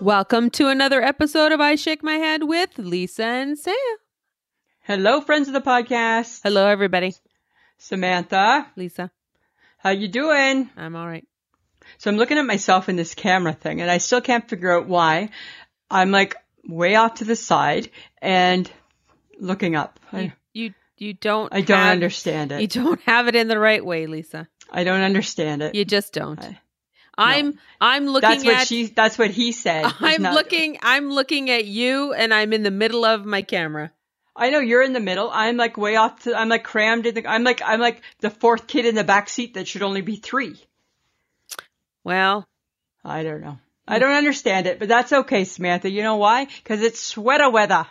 Welcome to another episode of I Shake My Head with Lisa and Sam. Hello, friends of the podcast. Hello, everybody. Samantha. Lisa, How you doing? I'm all right. So I'm looking at myself in this camera thing, and I still can't figure out why. I'm like way off to the side and looking up. You I, you, you don't. I don't have- understand it. You don't have it in the right way, Lisa. I don't understand it. You just don't. Uh, I- I'm I'm looking that's what at. she. That's what he said. He's I'm not- looking. I'm looking at you, and I'm in the middle of my camera. I know you're in the middle. I'm like way off. To, I'm like crammed in the. I'm like I'm like the fourth kid in the back seat that should only be three. Well, I don't know. I don't understand it, but that's okay, Samantha. You know why? Because it's sweater weather.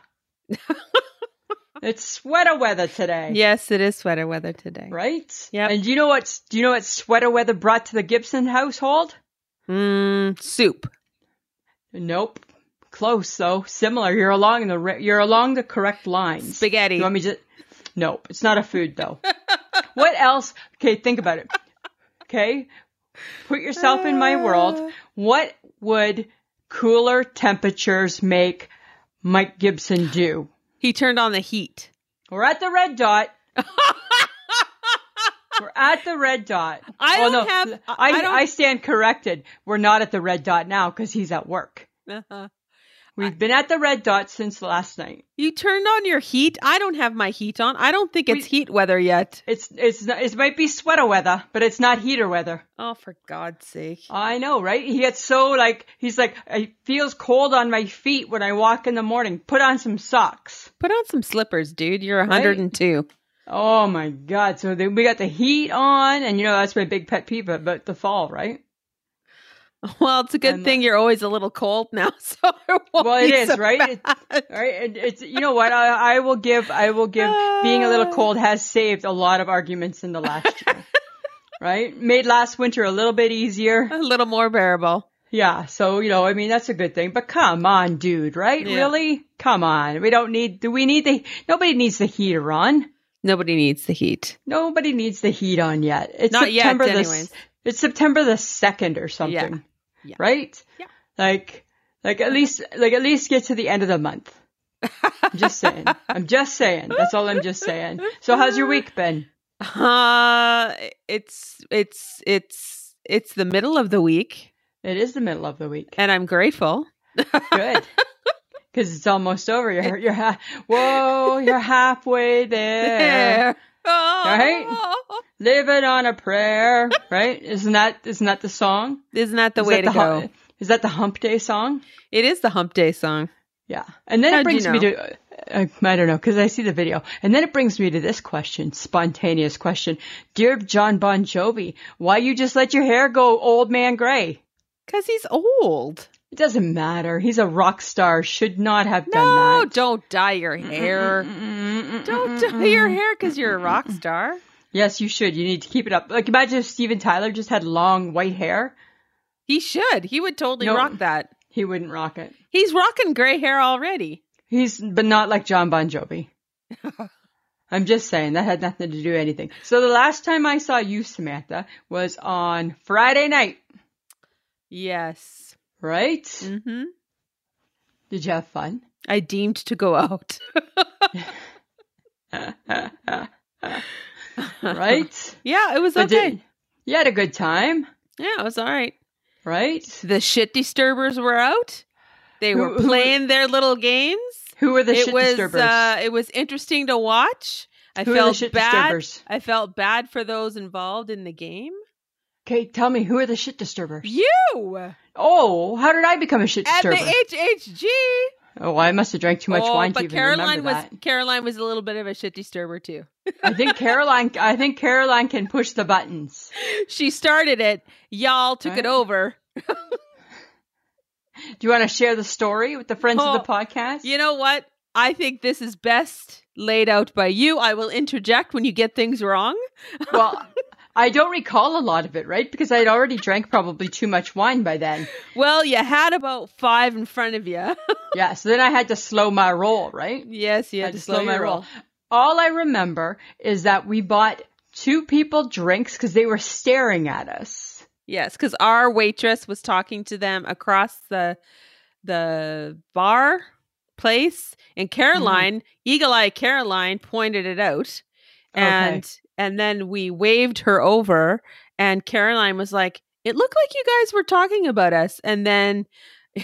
it's sweater weather today. yes, it is sweater weather today. Right? Yep. And you know what? Do you know what sweater weather brought to the Gibson household? Mm, soup. Nope. Close though. Similar. You're along the re- you're along the correct lines. Spaghetti. You want me to? Nope. It's not a food though. what else? Okay, think about it. Okay, put yourself in my Uh. world. What would cooler temperatures make Mike Gibson do? He turned on the heat. We're at the red dot. We're at the red dot. I don't oh, no. have- I- I, I don't- I stand corrected. We're not at the red dot now because he's at work. Uh-huh. We've been at the red dot since last night. You turned on your heat. I don't have my heat on. I don't think it's heat weather yet. It's it's not- it might be sweater weather, but it's not heater weather. Oh, for God's sake. I know, right? He gets so like he's like it feels cold on my feet when I walk in the morning. Put on some socks. Put on some slippers, dude. You're 102. Oh my god! So then we got the heat on, and you know that's my big pet peeve about the fall, right? Well, it's a good I'm- thing you're always a little cold now, so it won't Well, it be is, so right? bad. It's- Right? And it's you know what I, I will give. I will give. Being a little cold has saved a lot of arguments in the last year. Right? Made last winter a little bit easier. A little more bearable. Yeah, so you know, I mean, that's a good thing. But come on, dude, right? Yeah. Really? Come on. We don't need. Do we need the? Nobody needs the heater on. Nobody needs the heat. Nobody needs the heat on yet. It's Not yet, September the. anyways. s- It's September the second or something, Yeah. right? Yeah. Like, like at least, like at least get to the end of the month. I'm just saying. I'm just saying. That's all I'm just saying. So, how's your week been? Uh, it's it's it's it's the middle of the week, It is the middle of the week. and I'm grateful. Good. Because it's almost over. You're, you're, ha- whoa, you're halfway there. Oh, Right? Live it on a prayer, right? Isn't that, isn't that the song? Isn't that the Is way that to go? hu- is that the Hump Day song? It is the Hump Day song. Yeah. And then How'd you it brings me know? to, I, I don't know, because I see the video. And then it brings me to this question, spontaneous question. Dear John Bon Jovi, why you just let your hair go old man gray? Cause he's old. It doesn't matter. He's a rock star. Should not have done No, that. don't dye your hair. Mm, Don't dye your hair because you're a rock star. Yes, you should. You need to keep it up. Like imagine if Steven Tyler just had long white hair. He should. He would totally No. rock that. He wouldn't rock it. He's rocking gray hair already. He's but not like John Bon Jovi. I'm just saying that had nothing to do with anything. So the last time I saw you, Samantha, was on Friday night, Yes. right? hmm Did you have fun? I deemed to go out. Right? Yeah, it was But okay. did- you had a good time, yeah, it was all right. right? The shit disturbers were out. They Who- were who- playing their little games. Who were the it shit was disturbers? uh, it was interesting to watch. I Who are the felt shit bad. disturbers? I felt bad for those involved in the game. okay, tell me who are the shit disturbers? You. Oh, how did I become a shit At the disturber? HHG. oh, I must have drank too much oh, wine to but even Caroline remember was that. Caroline was a little bit of a shit disturber too. I think Caroline. I think Caroline can push the buttons. She started it. Y'all took Right. it over. Do you want to share the story with the friends of the Oh, podcast? You know what? I think this is best laid out by you. I will interject when you get things wrong. Well, I don't recall a lot of it, right? Because I'd already drank probably too much wine by then. Well, you had about five in front of you. Yeah. So then I had to slow my roll, right? yes, you I had to slow my your roll. All I remember is that we bought two people drinks because they were staring at us. Yes, because our waitress was talking to them across the the bar place, and Caroline, Eagle Eye Caroline, pointed it out, Okay. and and then we waved her over, and Caroline was like, "It looked like you guys were talking about us," and then.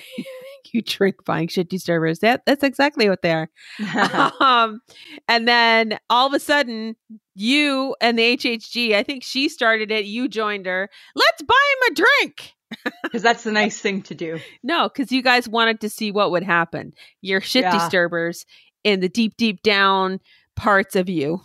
you drink buying shit disturbers. That that's exactly what they are. um, and then all of a sudden, you and the HHG. I think she started it. You joined her. Let's buy him a drink. Because that's the nice thing to do. No, because you guys wanted to see what would happen. Your shit Yeah. disturbers in the deep, deep down parts of you.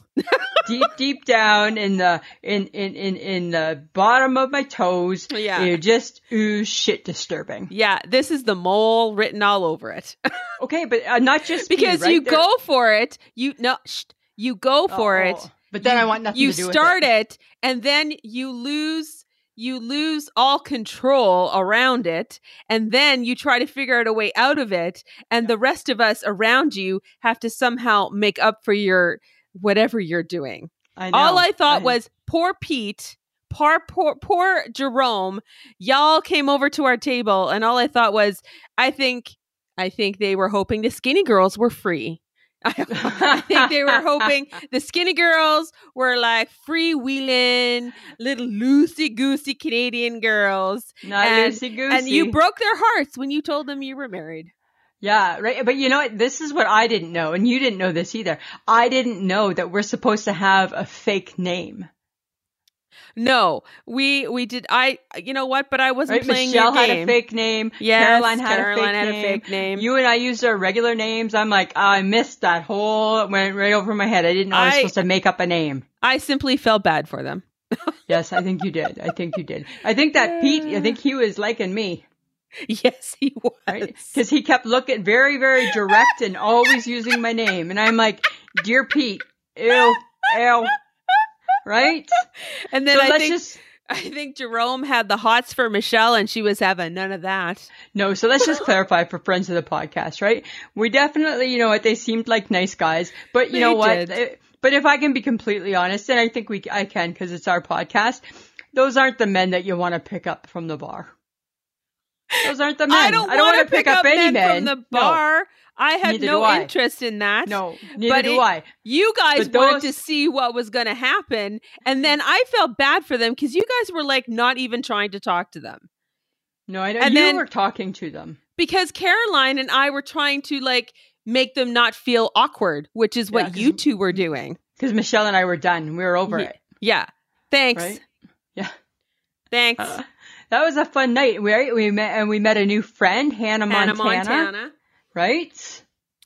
deep, deep down in the in in in in the bottom of my toes, Yeah. you just ooze shit disturbing. Yeah, this is the mole written all over it. Okay, but uh, not just pee, because right? you There- go for it. You no, shh, you go for Oh, it. oh. But then you- I want nothing you to do with start it. and then you lose you lose all control around it and then you try to figure out a way out of it and the rest of us around you have to somehow make up for your whatever you're doing I all know. i thought know. was poor pete poor, poor poor jerome y'all came over to our table and all i thought was i think i think they were hoping the skinny girls were free I think they were hoping the skinny girls were like freewheeling, little loosey goosey Canadian girls. not and- loosey goosey. And you broke their hearts when you told them you were married. Yeah, right. But you know what? This is what I didn't know, and you didn't know this either. I didn't know that we're supposed to have a fake name. No, we we did. I you know what? But I wasn't Right? playing Michelle your had game. a fake name. Yes, Caroline had Caroline a fake had a name. fake name. You and I used our regular names. I'm like, "Ah, I missed that whole. It went right over my head. I didn't know I, was I- supposed to make up a name. I simply felt bad for them. Yes, I think you did. I think you did. I think that Pete. I think he was liking me, Yes, he was. right? Because he kept looking very, very direct and always using my name. And I'm like, dear Pete, ew, ew, right? And then so I let's think just I think Jerome had the hots for Michelle, and she was having none of that. No, so let's just clarify for friends of the podcast, right? We definitely, you know what, they seemed like nice guys, but you They know what? did. They- But if I can be completely honest, and I think we I can because it's our podcast, those aren't the men that you want to pick up from the bar. Those aren't the men. I don't, wanna want to pick, up, any men, men from the No. bar. I had Neither do no I. interest in that. No, neither But do it- I. You guys But wanted those- to see what was going to happen, and then I felt bad for them because you guys were like not even trying to talk to them No, I don't. and you then- were talking to them. because Caroline and I were trying to like make them not feel awkward, which is Yeah, what 'cause- you two were doing. Because Michelle and I were done. We were over Ye- it, Yeah. Thanks. right? Yeah. Thanks. Uh, that was a fun night. We, we met and we met a new friend, Hannah, Hannah Montana, Montana. Right?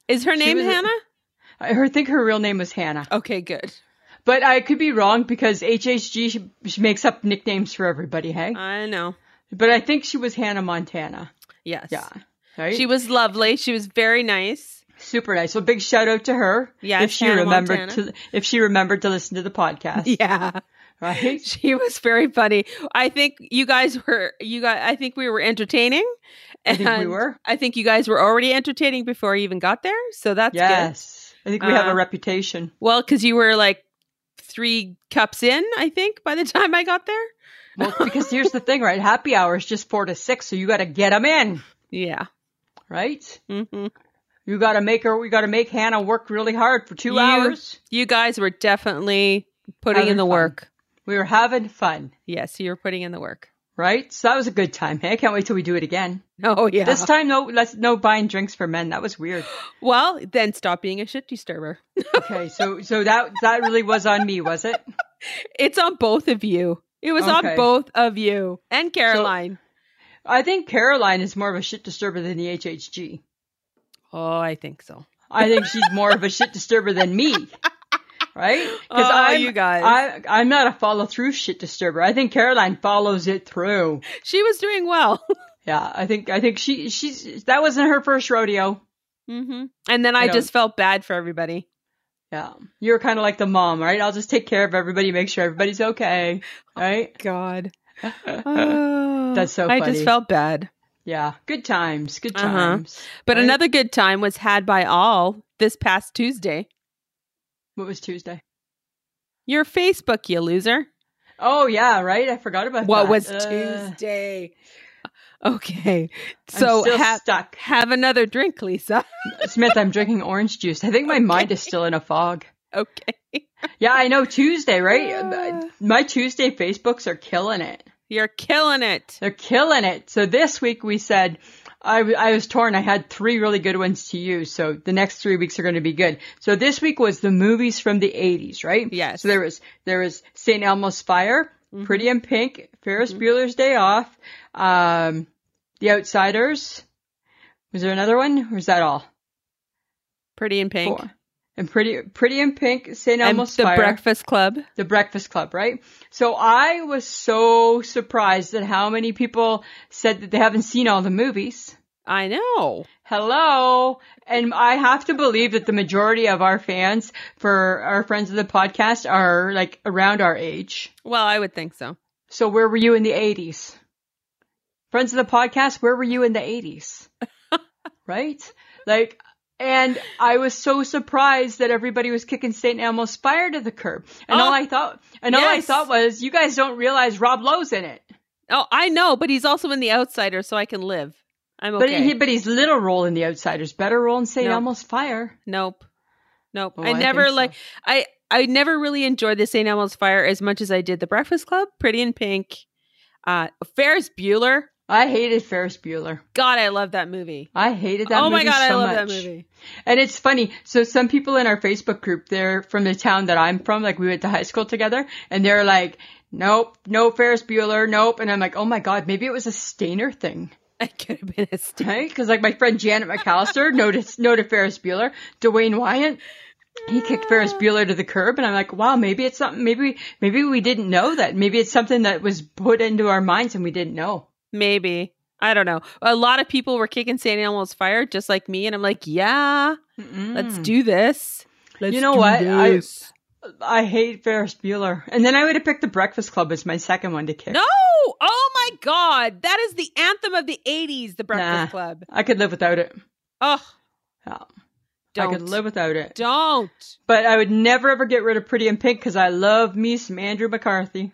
Is her She name was- Hannah? I her- think her real name was Hannah, Okay, good. but I could be wrong because HHG she, she makes up nicknames for everybody. Hey, I know. but I think she was Hannah Montana. Yes. Yeah, right. She She was was lovely. She was very nice. super nice. So big shout out to her. Yes, if she Hannah remembered Montana. to if she remembered to listen to the podcast, Yeah. right? She was very funny. I think you guys were you guys I think we were entertaining. I think we and were. I think you guys were already entertaining before you even got there. So that's good. yes, I think we have a Uh, reputation. Well, cuz you were like 3 cups in, I think, by the time I got there. Well, because here's the thing, right? Happy hour is just four to six, so you got to get them in, Yeah. right? hmm You got to make her. We got to make Hannah work really hard for two You- hours. You guys were definitely putting Having in the fun. work. We were having fun. Yes, you were putting in the work. right? So that was a good time. Hey, I can't wait till we do it again. Oh yeah. This time, no, let's no buying drinks for men. That was weird. well, then stop being a shit disturber. Okay, so so that that really was on me, was it? It's on both of you. It was Okay. on both of you and Caroline. I think Caroline is more of a shit disturber than the HHG. Oh, I think so. I think she's more of a shit disturber than me. Right? Oh, I'm- you guys. I, I'm not a follow through shit disturber. I think Caroline follows it through. She was doing well. Yeah, I think I think she she's that wasn't her first rodeo. hmm And then I, I don't- just felt bad for everybody. Yeah, you're kind of like the mom, right? I'll just take care of everybody, make sure everybody's okay, right? God. Oh, That's so I just funny. felt bad. yeah, good times, good Uh-huh. times. But Right? another good time was had by all this past Tuesday. what was Tuesday? Your Facebook, you loser. Oh yeah, right. I forgot about What that. was Uh, Tuesday? Okay. I'm So still ha- stuck, have another drink, Lisa. Smith. I'm drinking orange juice. I think my mind is still in a fog. okay. Yeah, I know Tuesday, right? Uh, Ah. My Tuesday Facebooks are killing it. You're killing it. They're killing it. So this week we said, I, w- I was torn. I had three really good ones to use. So the next three weeks are going to be good. So this week was the movies from the 80s, right? Yes. Mm-hmm. So there was, there was St. Elmo's Fire, Pretty in Pink, Ferris Bueller's Day Off, um, The Outsiders. Was there another one? Or is that all? Pretty in pink. Four. And Pretty, Pretty in Pink, St. And Elmo's the Fire. Breakfast Club. The Breakfast Club, right? So I was so surprised at how many people said that they haven't seen all the movies. I know. Hello. And I have to believe that the majority of our fans for our friends of the podcast are like around our age. Well, I would think so. So where were you in the 80s? Friends of the podcast, where were you in the 80s? right? Like, and I was so surprised that everybody was kicking St. Elmo's Fire to the curb. And all Oh, I thought, and all I yes. thought was, you guys don't realize Rob Lowe's in it. Oh, I know, but he's also in The Outsider, so I can live. I'm But, okay. he, but his little role in The Outsiders, better role in St. No. Elmo's Fire. Nope. Nope. Oh, I I never think so. like I I never really enjoyed the St. Elmo's Fire as much as I did The Breakfast Club, Pretty in Pink, uh Ferris Bueller. I hated Ferris Bueller. God, I love that movie. I hated that oh my movie god, so I love much. that movie. And it's funny. So some people in our Facebook group, they're from the town that I'm from. Like we went to high school together and they're like, nope, no Ferris Bueller. Nope. And I'm like, oh my God, maybe it was a Stainer thing. I could have been a st- Right? Cause like my friend Janet McAllister noticed, no to Ferris Bueller, Dwayne Wyatt. He kicked Ferris Bueller to the curb and I'm like, wow, maybe it's something, maybe, maybe we didn't know that. Maybe it's something that was put into our minds and we didn't know. maybe. I don't know. A lot of people were kicking St. Elmo's Fire just like me and I'm like, yeah, let's do this. Let's You know do what? I- this. I hate Ferris Bueller. And then I would have picked the Breakfast Club as my second one to kick. no! Oh my god. That is the anthem of the 80s, The Breakfast Nah. Club. I could live without it. Oh, Yeah. don't. I could live without it. Don't. But I would never ever get rid of Pretty in Pink because I love me some Andrew McCarthy,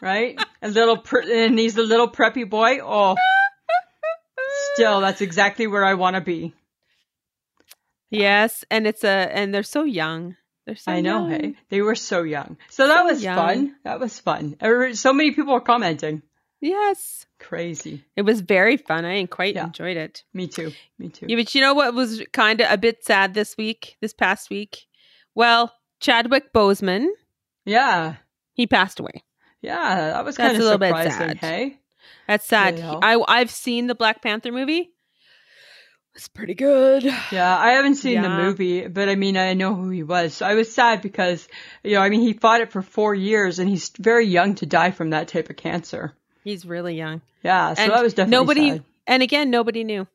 right? a little pre- and he's a little preppy boy. Oh, still, that's exactly where I want to be. Yes, and it's a and they're so young. They're so I know, young. hey, they were so young. So that So was young. fun. That was fun. Every- So many people were commenting. Yes. Crazy. It was very fun. I quite Yeah. enjoyed it. Me too. Me too. Yeah, but you know what was kind of a bit sad this week, this past week? Well, Chadwick Boseman, yeah, he passed away. yeah. That was That's kind of a little bit surprising. sad. Hey, That's sad. Yeah. I I've seen the Black Panther movie. It's pretty good. Yeah, I haven't seen Yeah. the movie, but I mean, I know who he was. So I was sad because, you know, I mean, he fought it for four years and he's very young to die from that type of cancer. He's really young. Yeah, so and that was definitely nobody sad. and again nobody knew.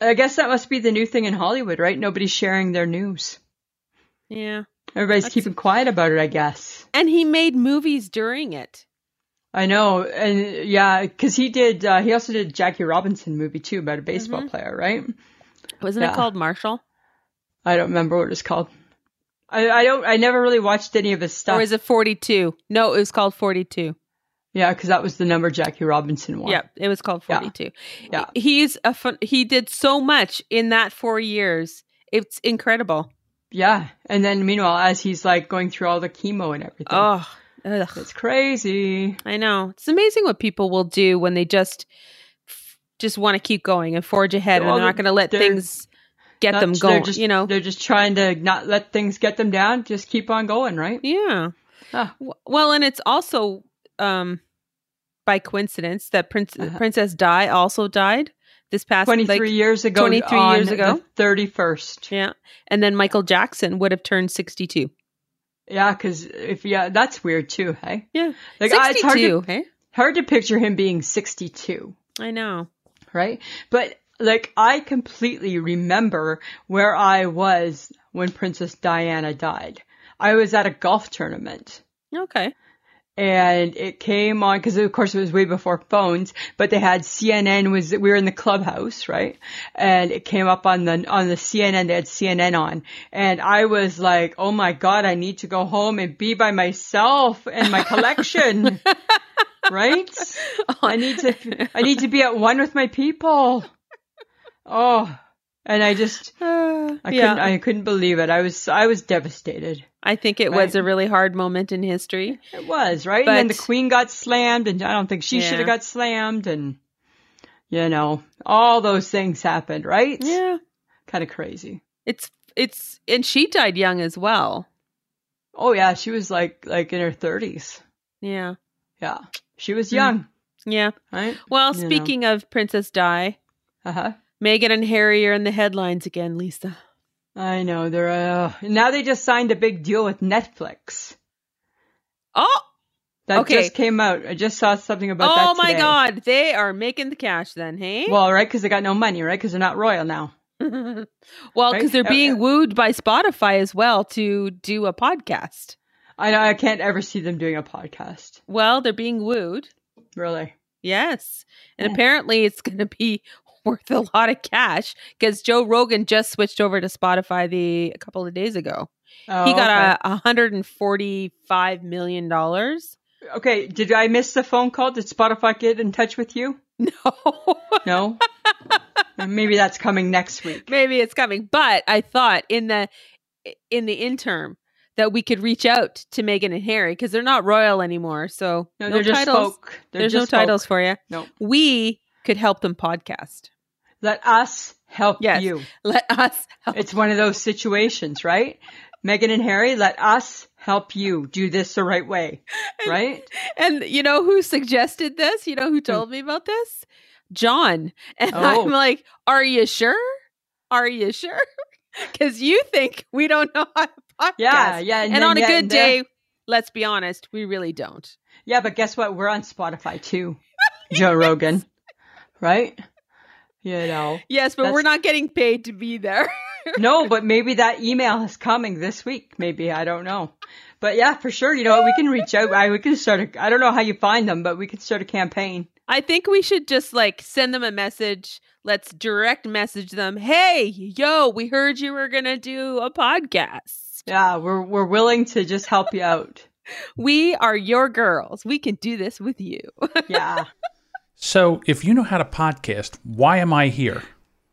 I guess that must be the new thing in Hollywood, right? Nobody's sharing their news. Yeah. Everybody's That's- keeping quiet about it, I guess. And he made movies during it. I know. And yeah, because he did, uh, he also did a Jackie Robinson movie too about a baseball Mm-hmm. player, right? Wasn't it Yeah. called Marshall? I don't remember what it's called. I, I don't, I never really watched any of his stuff. Or is it 42? No, it was called 42. yeah, because that was the number Jackie Robinson won. Yeah, it was called Yeah. 42. Yeah. He's a fun, he did so much in that 4 years. It's incredible. Yeah. And then meanwhile, as he's like going through all the chemo and everything, Oh, ugh. it's crazy. I know. It's amazing what people will do when they just just want to keep going and forge ahead and Well, they're not going to let they're- things get them That's- they're going, just- you know. they're just trying to not let things get them down. Just keep on going, right? Yeah. Ah. W- Well, and it's also um by coincidence that Prince Uh-huh. Princess Di also died this past like- 23 years ago. 23 on years ago. the 31st. yeah, and then Michael Jackson would have turned sixty-two. Yeah, because if, yeah, that's weird too, hey? Yeah, Like, I- it's hard to- sixty-two. hey, Hard to picture him being 62. I know. right? But like I completely remember where I was when Princess Diana died. I was at a golf tournament Okay. and it came on because of course it was way before phones, but they had CNN was we were in the clubhouse, right? And it came up on the on the CNN. They had CNN on, and I was like, oh my god, I need to go home and be by myself and my collection, right? I need to I need to be at one with my people. Oh, and I just Uh, I yeah, couldn't I couldn't believe it. I was I was devastated. I think it was Right. a really hard moment in history. It was, right? and then the But- queen got slammed, and I don't think she should Yeah. have got slammed, and, you know, all those things happened, right? Yeah, Kind of crazy. it's it's and she died young as well. Oh, yeah, she was like, like in her 30s. Yeah, Yeah. She was Mm. young, yeah. right? Well, You know. speaking of Princess Di, Uh huh. Megan and Harry are in the headlines again, Lisa. I know. They're, uh, now they just signed a big deal with Netflix. Oh, That Okay. just came out. I just saw something about that. oh my today. God, they are making the cash then, hey? Well, right, because they got no money, right? Because they're not royal now. well, Right? because they're Uh, being uh, wooed by Spotify as well to do a podcast. I know. I can't ever see them doing a podcast. Well, they're being wooed, Really. yes, and Yeah. apparently it's going to be worth a lot of cash because Joe Rogan just switched over to Spotify the a couple of days ago. Oh, he got okay. a 145 million dollars. Okay, did I miss the phone call? Did Spotify get in touch with you? No. No. Maybe that's coming next week. maybe it's coming but i thought in the in the interim that we could reach out to megan and harry because they're not royal anymore so No, no they're just titles folk. They're there's just no titles folk. for you No. we could help them podcast Let us help Yes. Oh. you. let us help It's one of those situations, right? Megan and Harry, let us help you do this the right way, right? and you know who suggested this you know who told me about this john and Hmm. Oh. i'm like are you sure are you sure because you think we don't know how to podcast Yeah, yeah. and, then- on a yeah, good and there- day let's be honest we really don't Yeah, but guess what? We're on Spotify too, Joe Rogan, right? You know. Yes, but we're That's- not getting paid to be there. no, but maybe that email is coming this week. Maybe I don't know, but yeah, for sure. You know, we can reach out. I we can start. A, I don't know how you find them, but we can start a campaign. I think we should just like send them a message. Let's direct message them. Hey, yo, we heard you were going to do a podcast. Yeah, we're we're willing to just help you out. We are your girls. We can do this with you. Yeah, So, if you know how to podcast, why am I here?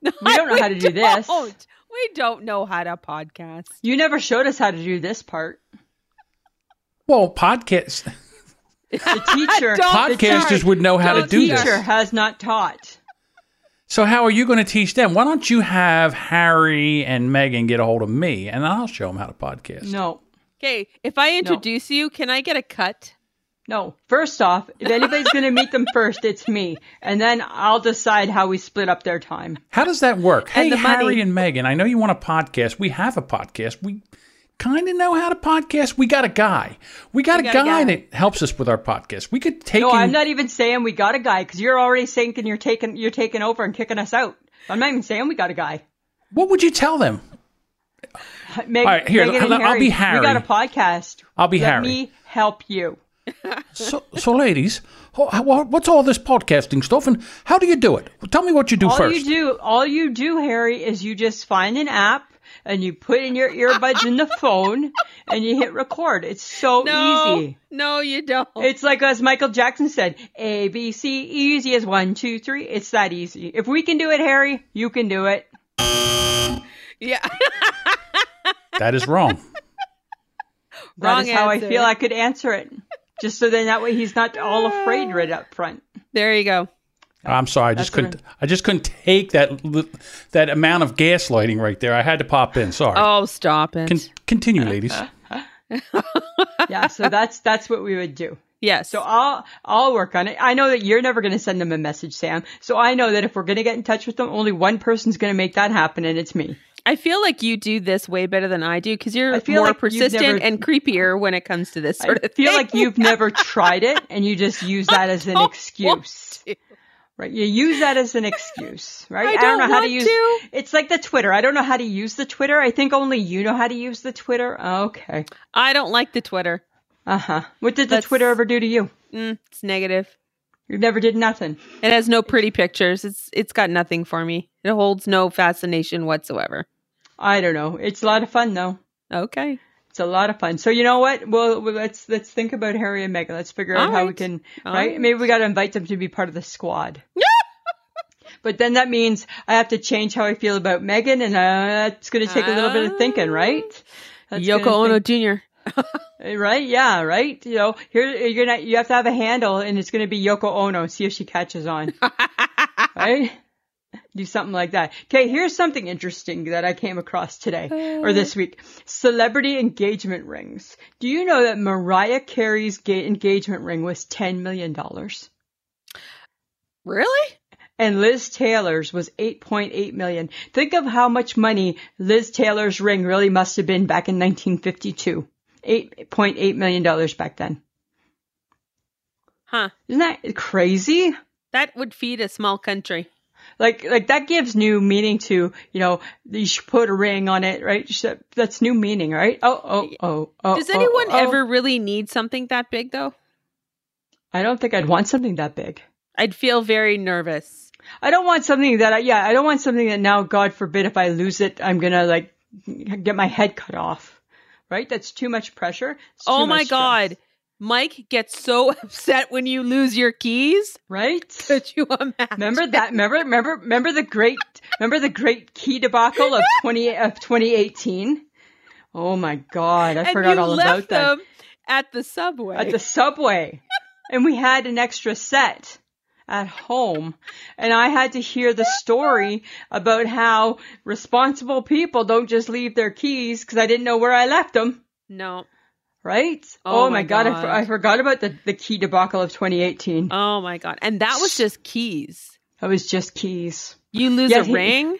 we don't know how to do this. Don't. We don't know how to podcast. You never showed us how to do this part. Well, podcast The teacher, Don't the podcasters sorry. teacher- would know how the to Don't do teach this. teacher has not taught. So, how are you going to teach them? Why don't you have Harry and Megan get a hold of me, and I'll show them how to podcast? No, Okay, if I introduce you, can I get a cut? no. First off, if anybody's going to meet them first, it's me, and then I'll decide how we split up their time. How does that work? And hey, the money. Harry and Megan, I know you want a podcast. We have a podcast. We kind of know how to podcast. We got a guy. We got, a, got a guy guy. that helps us with our podcast. We could take. No, and- I'm not even saying we got a guy because you're already thinking you're taking you're taking over and kicking us out. I'm not even saying we got a guy. What would you tell them? Meg, All right, here, Megan and I'll- I'll be Harry. We got a podcast. I'll be Let Harry. me help you. So, so ladies, ho- ho- what's all this podcasting stuff, and how do you do it? Tell me what you do All first. you do, all you do, Harry, is you just find an app and you put in your earbuds in the phone and you hit record. It's so No. Oh, easy. No, you don't. It's like as Michael Jackson said, A B C easy as one, two, three. It's that easy. If we can do it, Harry, you can do it. yeah. That is wrong. That Wrong is how answer. I feel I could answer it. Just so then that way he's not all afraid right up front. there you go. I'm sorry, I just That's what couldn't. I just couldn't take that li- that amount of gaslighting right there. I had to pop in. Sorry. Oh, stop it. Con- continue, ladies. Yeah, so that's that's what we would do. Yes. So I'll I'll work on it. I know that you're never going to send them a message, Sam. So I know that if we're going to get in touch with them, only one person's going to make that happen, and it's me. I feel like you do this way better than I do because you're I feel more like you've persistent never- and creepier when it comes to this sort I of feel thing. like you've never tried it, and you just use that as an don't excuse. to. Right? You use that as an excuse, right? I don't know how to want use. to. It's like the Twitter. I don't know how to use the Twitter. I think only you know how to use the Twitter. Okay. I don't like the Twitter. Uh huh. What did the That's- Twitter ever do to you? Mm, it's negative. You never did nothing. It has no pretty pictures. It's it's got nothing for me. It holds no fascination whatsoever. I don't know. It's a lot of fun though. Okay. It's a lot of fun. So you know what? Well, well, let's let's think about Harry and Meghan. Let's figure out All how we right. can All right? right. Maybe we got to invite them to be part of the squad. but then that means I have to change how I feel about Meghan, and uh, it's going to take a little bit of thinking, right? That's Yoko gonna Ono Jr. take- Uh, right? Yeah, right. You know, here you're gonna you have to have a handle, and it's going to be Yoko Ono. See if she catches on, right? Do something like that. Okay, here's something interesting that I came across today or this week. Celebrity engagement rings. Do you know that Mariah Carey's ga- engagement ring was $10 million? Really? and Liz Taylor's was 8.8 million. Think of how much money Liz Taylor's ring really must have been back in 1952. 8.8 million dollars back then. Huh. Isn't that crazy? That would feed a small country. Like, like that gives new meaning to, you know, you should put a ring on it, right? You should- That's new meaning, right? Oh, oh, oh, oh. Does oh, anyone oh. ever really need something that big though? I don't think I'd want something that big. I'd feel very nervous. I don't want something that I, yeah, I don't want something that now, God forbid, if I lose it, I'm gonna like get my head cut off. Right? That's too much pressure. It's too oh my much stress. god. Mike gets so upset when you lose your keys. Right? Could you imagine? Remember that? Remember, remember, remember the great, remember the great key debacle of 20, of 2018? Oh my God. I and forgot you all left about that. them at the subway. At the subway. and we had an extra set at home. And I had to hear the story about how responsible people don't just leave their keys because I didn't know where I left them. no. Right? Oh Oh, my my God. I, for- God. I forgot about the, the key debacle of 2018. Oh my god. And that was just keys. That was just keys. You lose Yeah, a he- ring?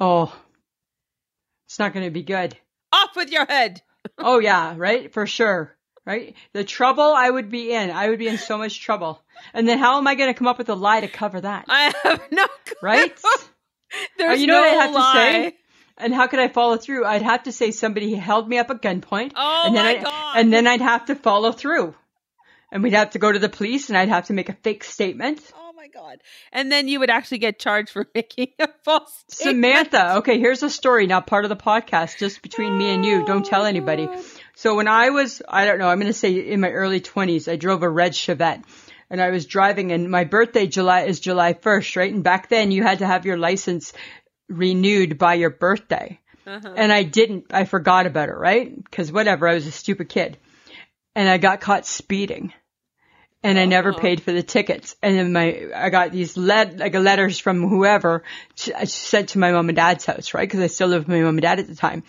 Oh, it's not going to be good. Off with your head. Oh yeah, right? For sure. Right? The trouble I would be in. I would be in so much trouble. And then how am I going to come up with a lie to cover that? I have no clue. Right? Oh, There's you know no what I have to lie. say? and how could I follow through? I'd have to say somebody held me up at gunpoint. Oh and then my I, God. And then I'd have to follow through. And we'd have to go to the police and I'd have to make a fake statement. Oh my god. And then you would actually get charged for making a false statement. Samantha, okay, here's a story, not part of the podcast, just between me and you. Don't tell anybody. So when I was, I don't know, I'm going to say in my early 20s, I drove a red Chevette and I was driving and my birthday July is July 1st, right? And back then you had to have your license renewed by your birthday. And I didn't. I forgot about it, right? Because whatever, I was a stupid kid. And I got caught speeding. And I never paid for the tickets. And then my, I got these led, like letters from whoever to, I sent to my mom and dad's house, right? Because I still lived with my mom and dad at the time.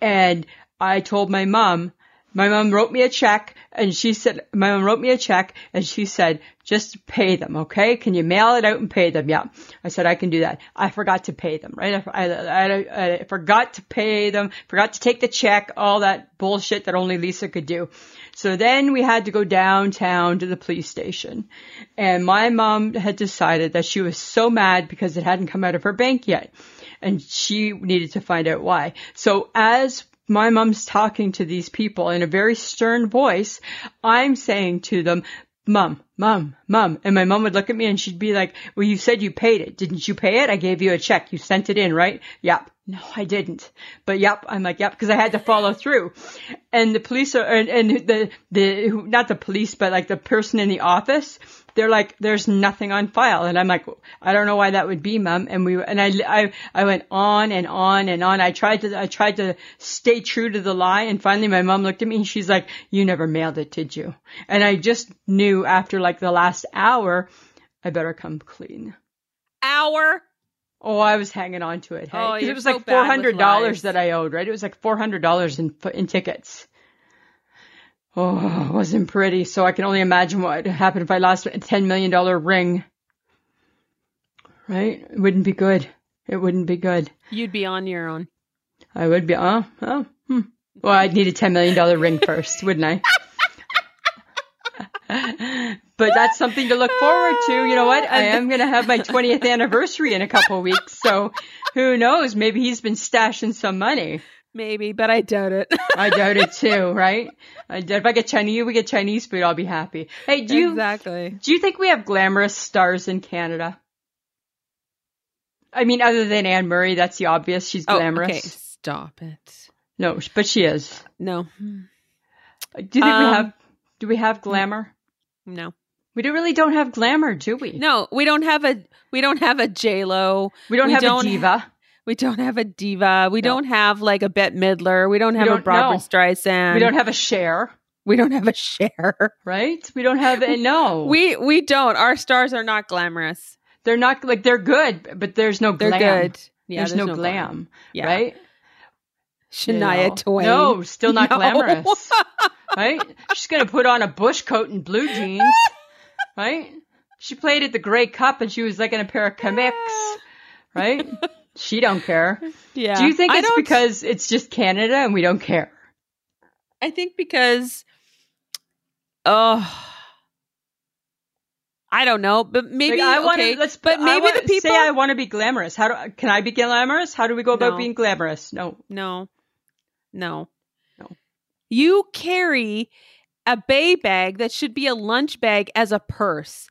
And I told my mom, my mom wrote me a check and she said, my mom wrote me a check and she said, just pay them. Okay. Can you mail it out and pay them? Yeah. I said, I can do that. I forgot to pay them, right? I, I, I, I forgot to pay them, forgot to take the check, all that bullshit that only Lisa could do. So then we had to go downtown to the police station and my mom had decided that she was so mad because it hadn't come out of her bank yet and she needed to find out why. So as my mom's talking to these people in a very stern voice, I'm saying to them, Mom, mom, mom. And my mom would look at me and she'd be like, Well, you said you paid it. Didn't you pay it? I gave you a check. You sent it in, right? Yep. No, I didn't. But yep. I'm like, Yep, because I had to follow through. And the police are, and, and the, the, who- not the police, but like the person in the office, they're like, there's nothing on file. And I'm like, I don't know why that would be, mom. And we, and I, I, I went on and on and on. I tried to, I tried to stay true to the lie. And finally my mom looked at me and she's like, you never mailed it, did you? And I just knew after like the last hour, I better come clean. Hour. Oh, I was hanging on to it. Hey? Oh, 'Cause you're it was so like bad with $400 lies. that I owed, right? It was like $400 in, in tickets. Oh, it wasn't pretty. So I can only imagine what would happen if I lost a $10 million ring. Right? It wouldn't be good. It wouldn't be good. You'd be on your own. I would be, oh, oh, hmm. Well, I'd need a $10 million ring first, wouldn't I? but that's something to look forward to. You know what? I am going to have my 20th anniversary in a couple weeks. So who knows? Maybe he's been stashing some money. Maybe, but I doubt it. I doubt it too, right? I doubt if I get Chinese, we get Chinese food, I'll be happy. Hey, do you exactly. do you think we have glamorous stars in Canada? I mean, other than Anne Murray, that's the obvious. She's Oh, glamorous. okay. Stop it. No, but she is. No, Do you think we Um, have? Do we have glamour? no, We don't, really don't have glamour, do we? no. We don't have a we don't have a J Lo. we don't we have don't- a diva. We don't have a diva. We No. don't have like a Bette Midler. We don't have a don't- Barbara no. Streisand. we don't have a share, We don't have a Cher. right? We don't have a no. We we don't. Our stars are not glamorous. they're not like they're good, but there's no They're glam. good. Yeah, there's, no, glam, Yeah. right? You Shania know. Twain. No, still not No. glamorous. right? She's going to put on a bush coat and blue jeans. Right? She played at the Grey Cup and she was like in a pair of kamiks. Right? She don't care. Yeah. Do you think I it's don't- because it's just Canada and we don't care? I think because oh I don't know, but maybe like, I want okay, to let's but I maybe wanna the people say I want to be glamorous. How do can I be glamorous? How do we go about No. being glamorous? No. No. No. No. You carry a bay bag that should be a lunch bag as a purse.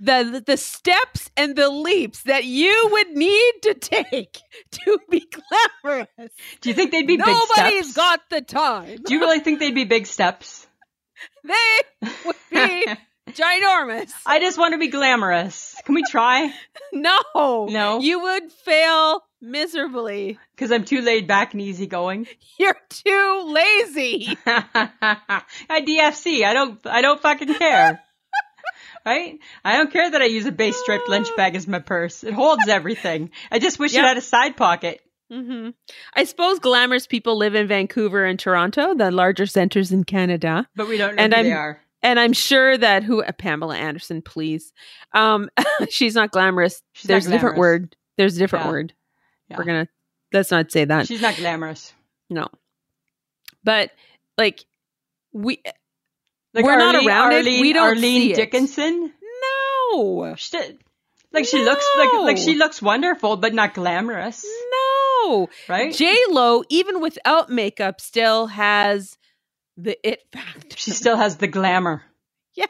The, the the steps and the leaps that you would need to take to be glamorous. Do you think they'd be big Nobody's steps? got the time. Do you really think they'd be big steps? They would be ginormous. I just want to be glamorous. Can we try? No. No. You would fail miserably. Because I'm too laid back and easygoing. You're too lazy. I DFC. I don't. I don't fucking care. right? I don't care that I use a base striped lunch bag as my purse. It holds everything. I just wish Yep. it had a side pocket. hmm I suppose glamorous people live in Vancouver and Toronto, the larger centers in Canada. But we don't know And who I'm- they are. And I'm sure that who uh, Pamela Anderson, please. Um, she's not glamorous. She's not There's a different glamorous. word. There's a different Yeah. word. Yeah. We're gonna let's not say that. She's not glamorous. no. But like we eh, Like We're not Arlene- around it. Arlene, We don't Arlene see it. Dickinson. no. She, like she looks like like she looks wonderful, but not glamorous, No. right? J Lo, even without makeup, still has the it factor. she still has the glamour, yes,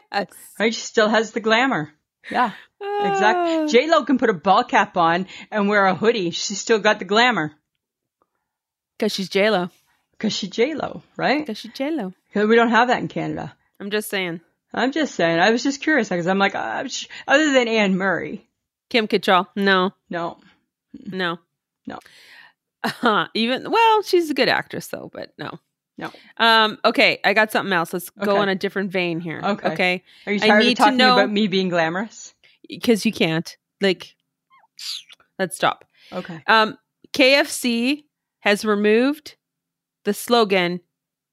right? She still has the glamour. Yeah. Ah. Exactly. J Lo can put a ball cap on and wear a hoodie. She's still got the glamour Because she's J Lo. because she's J Lo, right? Because she's J Lo. 'Cause we don't have that in Canada. I'm just saying. I'm just saying. I was just curious because I'm like, uh, sh- other than Anne Murray, Kim Cattrall. No, no. no, No. Uh-huh. Even well, she's a good actress though, but no, No. Um. Okay, I got something else. Let's go Okay. on a different vein here. Okay. Okay. Are you I tired need of to talking know- about me being glamorous? Because you can't. Like, let's stop. Okay. Um. KFC has removed the slogan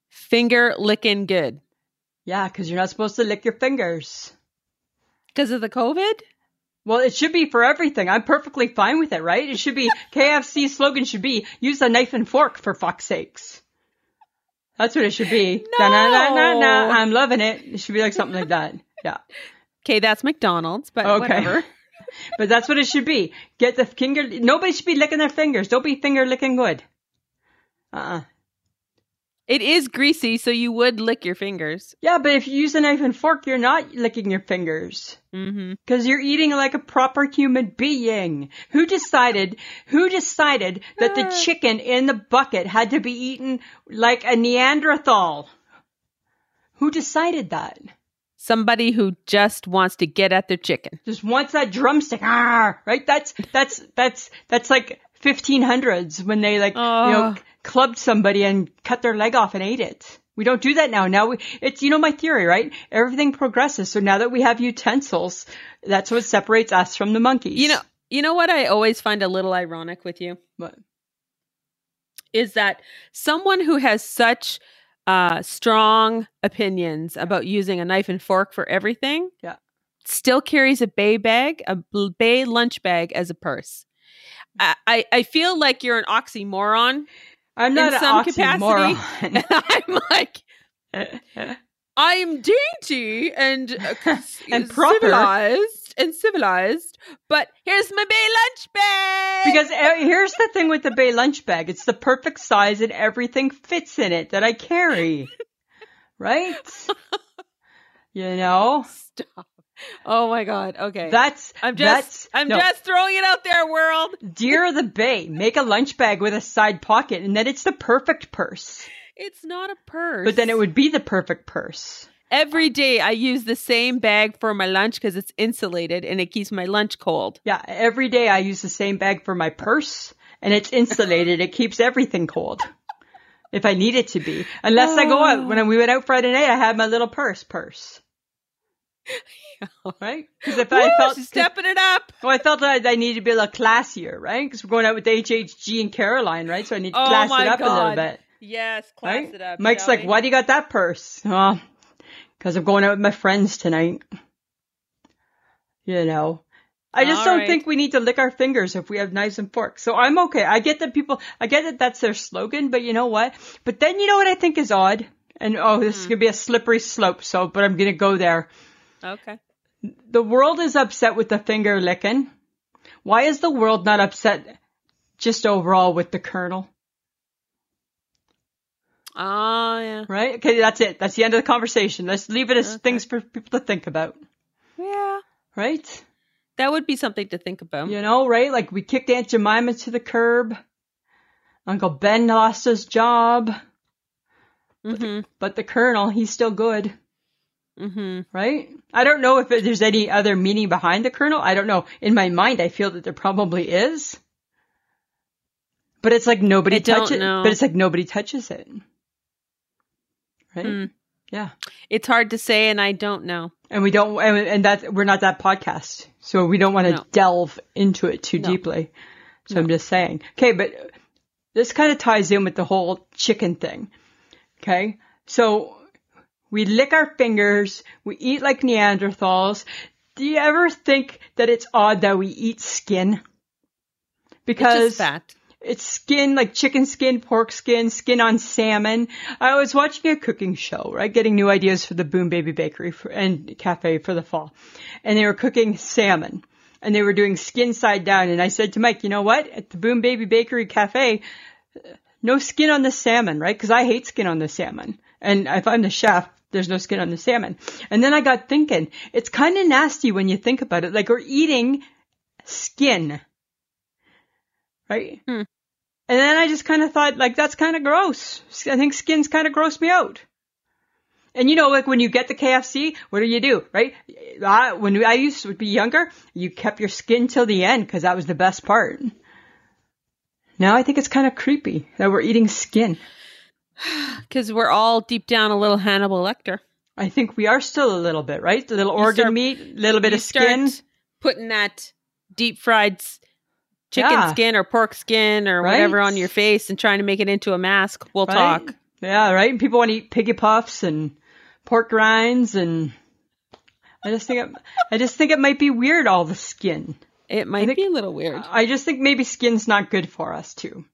"Finger licking good" Yeah, because you're not supposed to lick your fingers. because of the COVID. Well, it should be for everything. I'm perfectly fine with it, right? It should be KFC slogan should be use a knife and fork for fuck's sakes. That's what it should be. No. Da-na-na-na-na. I'm loving it. It should be like something like that. Yeah. Okay, that's McDonald's, but Okay. whatever. But that's what it should be. Get the finger. Nobody should be licking their fingers. Don't be finger licking good. Uh. uh It is greasy, so you would lick your fingers. Yeah, but if you use a knife and fork, you're not licking your fingers Mm-hmm. because you're eating like a proper human being. Who decided? Who decided that the chicken in the bucket had to be eaten like a Neanderthal? Who decided that? somebody who just wants to get at their chicken. just wants that drumstick. Ah, right. That's that's that's that's like 1500s when they like you know Oh. clubbed somebody and cut their leg off and ate it. We don't do that now. Now we, it's you know my theory, right? Everything progresses. So now that we have utensils, that's what separates us from the monkeys. You know, you know what I always find a little ironic with you But- is that someone who has such uh, strong opinions about using a knife and fork for everything. Yeah. Still carries a bay bag, a bl- bay lunch bag as a purse. Mm. I, I, I feel like you're an oxymoron. I'm In not some an oxymoron. And I'm like, I'm dainty and uh, And proper. civilized and civilized, but here's my bay lunch bag. because uh, here's the thing with the Bay lunch bag. It's the perfect size and everything fits in it that I carry. right? You know? stop. Oh my god. Okay. That's I'm just that's, I'm no. Mm. just throwing it out there, world. Dear the Bay, make a lunch bag with a side pocket, and then it's the perfect purse. It's not a purse. But then it would be the perfect purse. every day I use the same bag for my lunch because it's insulated and it keeps my lunch cold. Yeah, every day I use the same bag for my purse, and it's insulated. it keeps everything cold. If I need it to be, unless I go out. When we went out Friday night, I had my little purse, purse. Right? Because if I Woo, felt, she's stepping it up. well, I felt that I needed to be a little classier, right? Because we're going out with HHG and Caroline, right? So I need to Oh class my it up a God. little bit. Yes, class Right? it up. Mike's like, Shelly. why do you got that purse? Oh, because I'm going out with my friends tonight. You know. I just All don't right. think we need to lick our fingers if we have knives and forks. So I'm okay. I get that people, I get that that's their slogan, but you know what? But then you know what I think is odd? And oh, this is going to be a slippery slope. So, but I'm going to go there. Okay. The world is upset with the finger licking. Why is the world not upset just overall with the colonel? Oh yeah. Right? Okay, that's it. That's the end of the conversation. Let's leave it as things for people to think about. Yeah. Right? That would be something to think about. You know, right? Like we kicked Aunt Jemima to the curb. Uncle Ben lost his job. Mm-hmm. But the Colonel, he's still good. Mm-hmm. Right? I don't know if there's any other meaning behind the Colonel. I don't know. In my mind, I feel that there probably is. But it's like nobody I don't touches know. But it's like nobody touches it. Right? Mm. Yeah. It's hard to say, and I don't know. and we don't and, and that we're not that podcast so we don't want to No. delve into it too No. deeply so i'm just saying okay but this kind of ties in with the whole chicken thing okay so we lick our fingers we eat like neanderthals do you ever think that it's odd that we eat skin It's because just fact. it's skin like chicken skin, pork skin, skin on salmon. I was watching a cooking show, right? Getting new ideas for the Boom Baby Bakery for, and Cafe for the fall. And they were cooking salmon and they were doing skin side down. And I said to Mike, you know what? At the Boom Baby Bakery Cafe, uh, no skin on the salmon, right? Cause I hate skin on the salmon. And if I'm the chef, there's no skin on the salmon. And then I got thinking, it's kind of nasty when you think about it. Like we're eating skin, right? Hmm. And then I just kind of thought, like, that's kind of gross. I think skin's kind of grossed me out. And you know, like when you get the KFC, what do you do, right? I, when I used to be younger, you kept your skin till the end because that was the best part. Now I think it's kind of creepy that we're eating skin. Because we're all deep down a little Hannibal Lecter. I think we are still a little bit, right? A little organ start- meat, a little bit you of skin. start putting that deep fried s- chicken Yeah. skin or pork skin or Right. whatever on your face and trying to make it into a mask. We'll right? talk. Yeah, right? People want to eat piggy puffs and pork rinds and I just think it, I just think it might be weird all the skin. It might think- be a little weird. I just think maybe skin's not good for us too.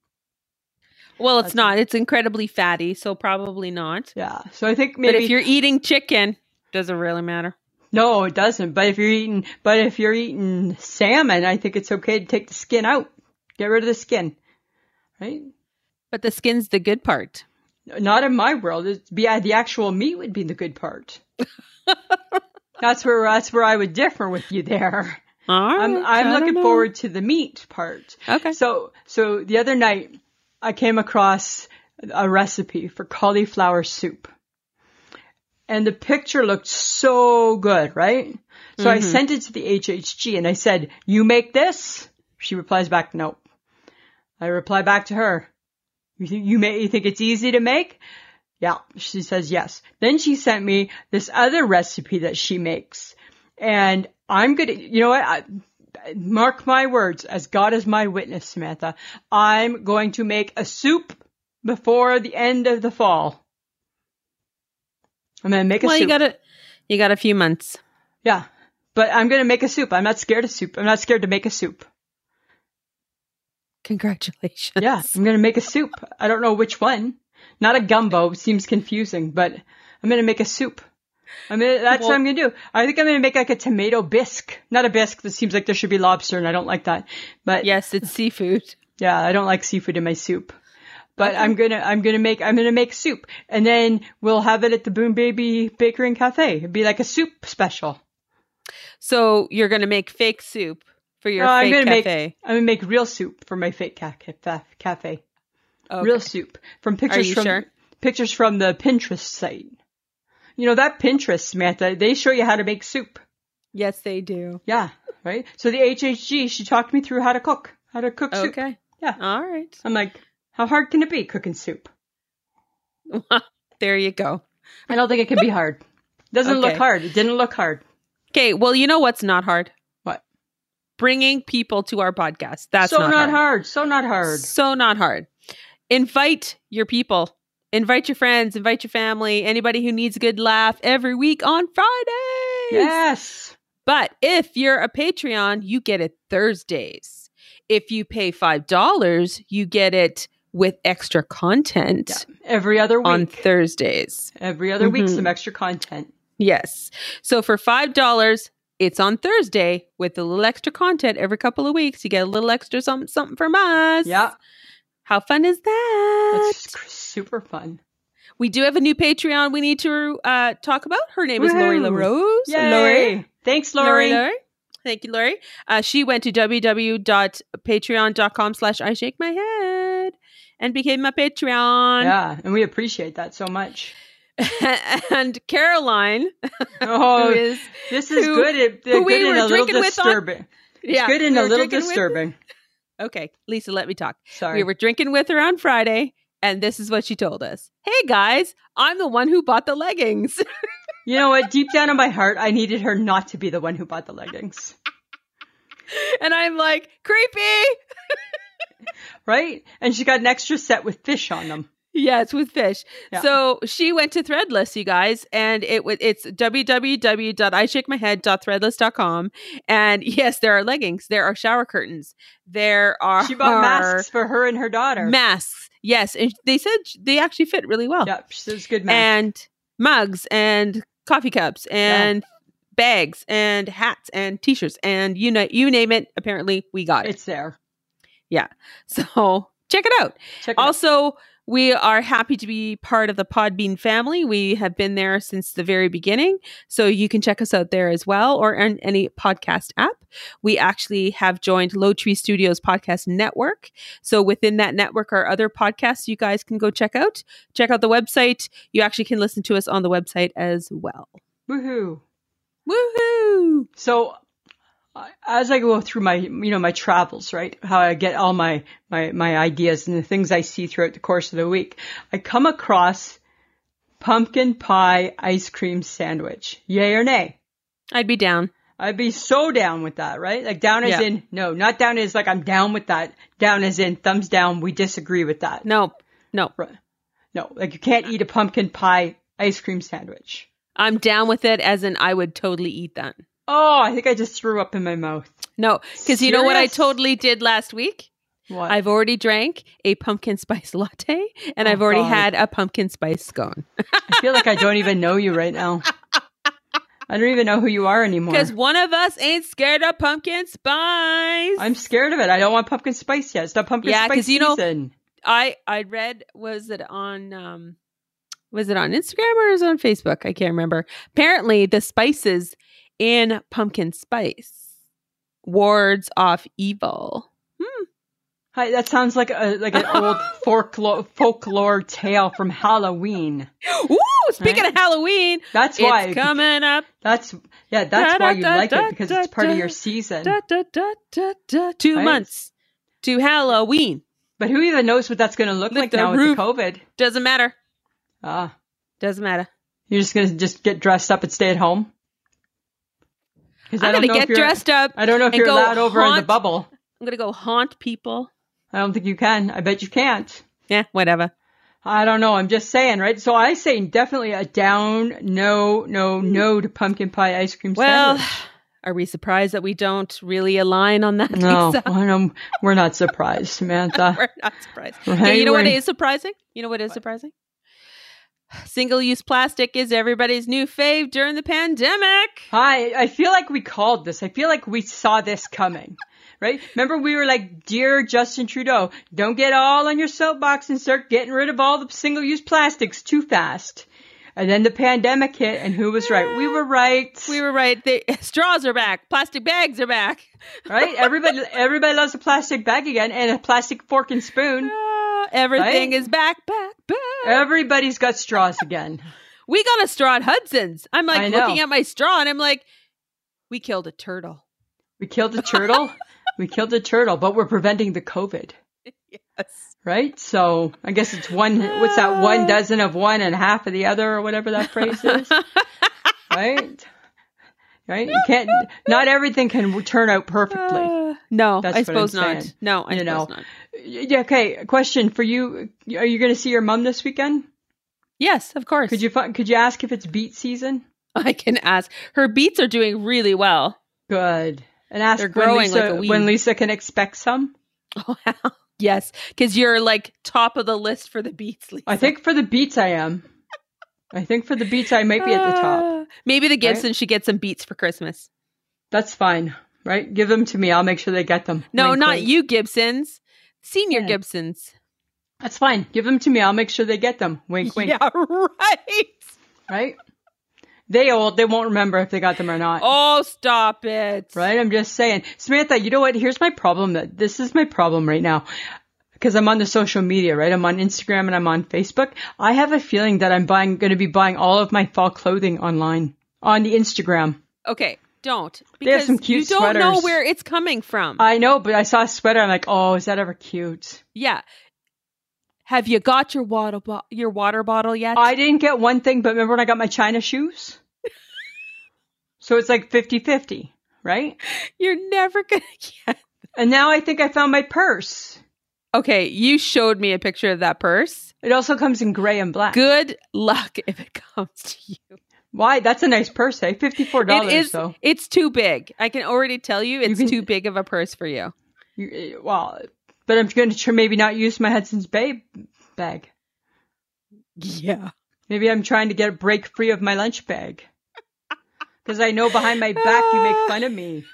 well, it's not. It's incredibly fatty, so probably not. Yeah. So I think But maybe if you're eating chicken, doesn't really matter. No, it doesn't. But if you're eating, but if you're eating salmon, I think it's okay to take the skin out. Get rid of the skin, right? But the skin's the good part. Not in my world. It'd be the actual meat would be the good part. that's where that's where I would differ with you there. All right, I'm I I'm don't looking know. forward to the meat part. Okay. So so the other night I came across a recipe for cauliflower soup. And the picture looked so good, right? So I sent it to the HHG and I said, "You make this?" She replies back, "Nope." I reply back to her, "You think you, may, you think it's easy to make?" Yeah, she says yes. Then she sent me this other recipe that she makes. And I'm gonna, you know what? I, mark my words, as God is my witness, Samantha, I'm going to make a soup before the end of the fall. I'm gonna make a well, soup. you got a you got a few months. yeah, but I'm gonna make a soup. I'm not scared of soup. I'm not scared to make a soup. Congratulations. Yeah, I'm gonna make a soup. I don't know which one. Not a gumbo seems confusing, but I'm gonna make a soup. I mean, that's what I'm gonna do. I think I'm gonna make like a tomato bisque, not a bisque. That seems like there should be lobster, and I don't like that. But Yes, it's seafood. Yeah, I don't like seafood in my soup. But I'm gonna I'm gonna make I'm gonna make soup and then we'll have it at the Boom Baby Bakery and Cafe. It'd be like a soup special. So you're gonna make fake soup for your No, Oh, Uh, I'm fake gonna make- cafe. I'm gonna make real soup for my fake ca- ca- cafe. Okay. Real soup from pictures you from sure? pictures from the Pinterest site. You know that Pinterest, Samantha. They show you how to make soup. Yes, they do. Yeah, right. So the HHG she talked me through how to cook, how to cook soup. Okay. Oh. Yeah. All right. I'm like, how hard can it be cooking soup? There you go. I don't think it can be hard. Doesn't look Okay. hard. It didn't look hard. Okay. Well, you know what's not hard? What? Bringing people to our podcast. That's so not, hard. So not hard. So not hard. Invite your people. Invite your friends. Invite your family. Anybody who needs a good laugh every week on Fridays. Yes. But if you're a Patreon, you get it Thursdays. If you pay $5, you get it with extra content Every other week. on Thursdays. Every other week, Mhm. some extra content. Yes. So for $5, it's on Thursday with a little extra content every couple of weeks. You get a little extra something, something from us. Yeah. How fun is that? That's cr- super fun. we do have a new Patreon we need to uh, talk about. Her name is Lori Woohoo. LaRose. Lori. Lori. Thanks, Lori. Thank you, Lori. Uh, she went to www.patreon.com slash I shake my head and became my Patreon. Yeah. And we appreciate that so much. and Caroline, who Oh, is, this is who- good. It, who good we and were a little drinking with on- disturbing. yeah, it's good and we a were little drinking with- disturbing. okay, Lisa, let me talk. Sorry. We were drinking with her on Friday, and this is what she told us. Hey, guys, I'm the one who bought the leggings. you know what? Deep down in my heart, I needed her not to be the one who bought the leggings. and I'm like, creepy. Right? And she got an extra set with fish on them. Yes, with fish. Yeah. So she went to Threadless, you guys, and it was it's www.ishakemyhead.threadless.com. And yes, there are leggings, there are shower curtains, there are She bought masks for her and her daughter. Masks, yes, and they said sh- they actually fit really well. Yep. She says good mask. And mugs and coffee cups and bags and hats and t-shirts and you know you name it. Apparently, we got it. it's there. So check it out. Check it out. Also, we are happy to be part of the Podbean family. We have been there since the very beginning. So you can check us out there as well or on any podcast app. We actually have joined Low Tree Studios Podcast Network. So within that network are other podcasts you guys can go check out. Check out the website. You actually can listen to us on the website as well. Woohoo. Woohoo! So uh, as I go through my you know my travels, right? How I get all my my my ideas and the things I see throughout the course of the week, I come across pumpkin pie ice cream sandwich. Yay or nay? I'd be down. I'd be so down with that, right? Like down as Yeah. in no, not down as like I'm down with that. Down as in thumbs down. We disagree with that. No, no. Right. No, like you can't eat a pumpkin pie ice cream sandwich. I'm down with it as in I would totally eat that. Oh, I think I just threw up in my mouth. No, because you know what I Serious? totally did last week? What? I've already drank a pumpkin spice latte and Oh, I've already God. had a pumpkin spice scone. I feel like I don't even know you right now. I don't even know who you are anymore. Because one of us ain't scared of pumpkin spice. I'm scared of it. I don't want pumpkin spice yet. It's not pumpkin Yeah, spice 'cause you know- season. I I read was it on um was it on Instagram or is it on Facebook? I can't remember. Apparently the spices in pumpkin spice wards off evil. Hi, that sounds like a like an old folklore folklore tale from Halloween. Ooh, speaking of Halloween, That's it's why. coming up. That's yeah. That's Da, why da, you da, like da, it because da, it's part of da, your season. Da, da, da, da, da. Two Right. months to Halloween. But who even knows what that's going to look Look, like the now with roof. the COVID? Doesn't matter. Ah, Doesn't matter. you're just going to just get dressed up and stay at home. 'Cause I I'm don't gonna know if get you're- dressed up. I don't know if and you're go allowed over in the haunt- bubble. I'm gonna go haunt people. I don't think you can. I bet you can't. Yeah, whatever. I don't know. I'm just saying, right? So I say definitely a down no, no, no to pumpkin pie ice cream Well, sandwich. are we surprised that we don't really align on that? No, Lisa? I know. we're not surprised, Samantha. We're not surprised. Yeah, Right, you know what we're- is surprising? You know what is surprising? Single use plastic is everybody's new fave during the pandemic. Hi, I feel like we called this. I feel like we saw this coming, right? Remember we were like, dear Justin Trudeau, don't get all on your soapbox and start getting rid of all the single use plastics too fast. And then the pandemic hit and who was right? We were right. We were right. The straws are back. Plastic bags are back. right? Everybody, everybody loves a plastic bag again and a plastic fork and spoon. Ah, everything Right? is back, back, back. Everybody's got straws again. we got a straw at Hudson's. I'm I like know. looking at my straw and I'm like, we killed a turtle. We killed a turtle. we killed a turtle, but we're preventing the COVID, Yes. right? So I guess it's one, what's that, one dozen of one and half of the other or whatever that phrase is, right? Right? You can't, not everything can turn out perfectly. Uh, no, That's I what I'm suppose not. saying. No, I You know. suppose not. Yeah, okay. Question for you. Are you going to see your mom this weekend? Yes, of course. Could you, fi- could you ask if it's beet season? I can ask. Her beets are doing really well. Good. And ask They're when growing like Lisa- a weed. when Lisa can expect some. Oh, wow. Yes, because you're like top of the list for the beets. Lisa. I think for the beats I am. I think for the beats I might be at the top. Ah. Maybe the Gibson should get some beets for Christmas. That's fine, right? Give them to me. I'll make sure they get them. No, Wink, not wink. you, Gibsons. Senior Yeah. Gibsons. That's fine. Give them to me. I'll make sure they get them. Wink, wink. Yeah, right. Right? They old. They won't remember if they got them or not. Oh, stop it. Right? I'm just saying. Samantha, you know what? Here's my problem. That This is my problem right now. Because I'm on the social media, right? I'm on Instagram and I'm on Facebook. I have a feeling that I'm buying, going to be buying all of my fall clothing online on the Instagram. Okay, don't. Because They have some cute you don't know sweaters. where it's coming from. I know, but I saw a sweater. I'm like, oh, is that ever cute? yeah. Have you got your water bo- your water bottle yet? I didn't get one thing, but remember when I got my China shoes? so it's like 50 50, right? You're never gonna get. And now I think I found my purse. Okay, you showed me a picture of that purse. It also comes in gray and black. Good luck if it comes to you. Why? That's a nice purse, eh? $54 it is though. it's too big i can already tell you it's can- too big of a purse for you You- eh, Well, but I'm going to tr- maybe not use my Hudson's Bay bag. yeah Maybe I'm trying to get break free of my lunch bag. Because I know behind my back you make fun of me.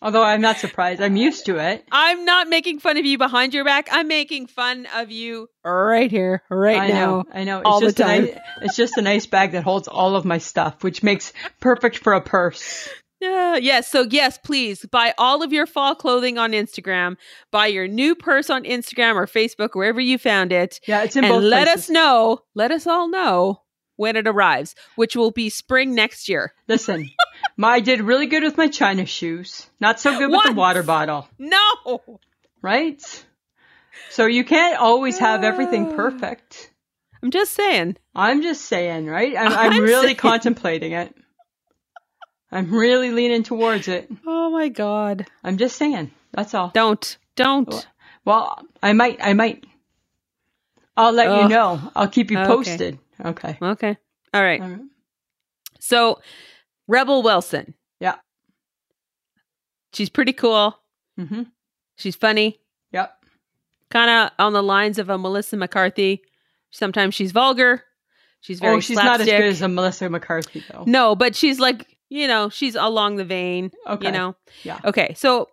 Although I'm not surprised. I'm used to it. i'm not making fun of you behind your back i'm making fun of you right here right I now know, I know. It's all the just time. A nice, it's just a nice bag that holds all of my stuff, which makes perfect for a purse. Yeah, yes so yes please buy all of your fall clothing on instagram buy your new purse on instagram or facebook wherever you found it Yeah, it's in both and let us places. know let us all know when it arrives which will be spring next year Listen, my, I did really good with my china shoes. Not so good with Once. the water bottle, no right? So you can't always have Uh. everything perfect. i'm just saying I'm just saying, right? I'm, I'm, I'm really saying. contemplating it. I'm really leaning towards it. oh my god I'm just saying. That's all. don't don't Well, I might. I might. I'll let you Ugh. know. I'll keep you Okay. posted. Okay. Okay. All right. All right. So, Rebel Wilson. Yeah. She's pretty cool. Mm-hmm. She's funny, Yep. kind of on the lines of a Melissa McCarthy. Sometimes she's vulgar. She's very oh, she's not as slapstick. good as a Melissa McCarthy though. no, but she's like, you know, she's along the vein. Okay. You know? Yeah. Okay. So,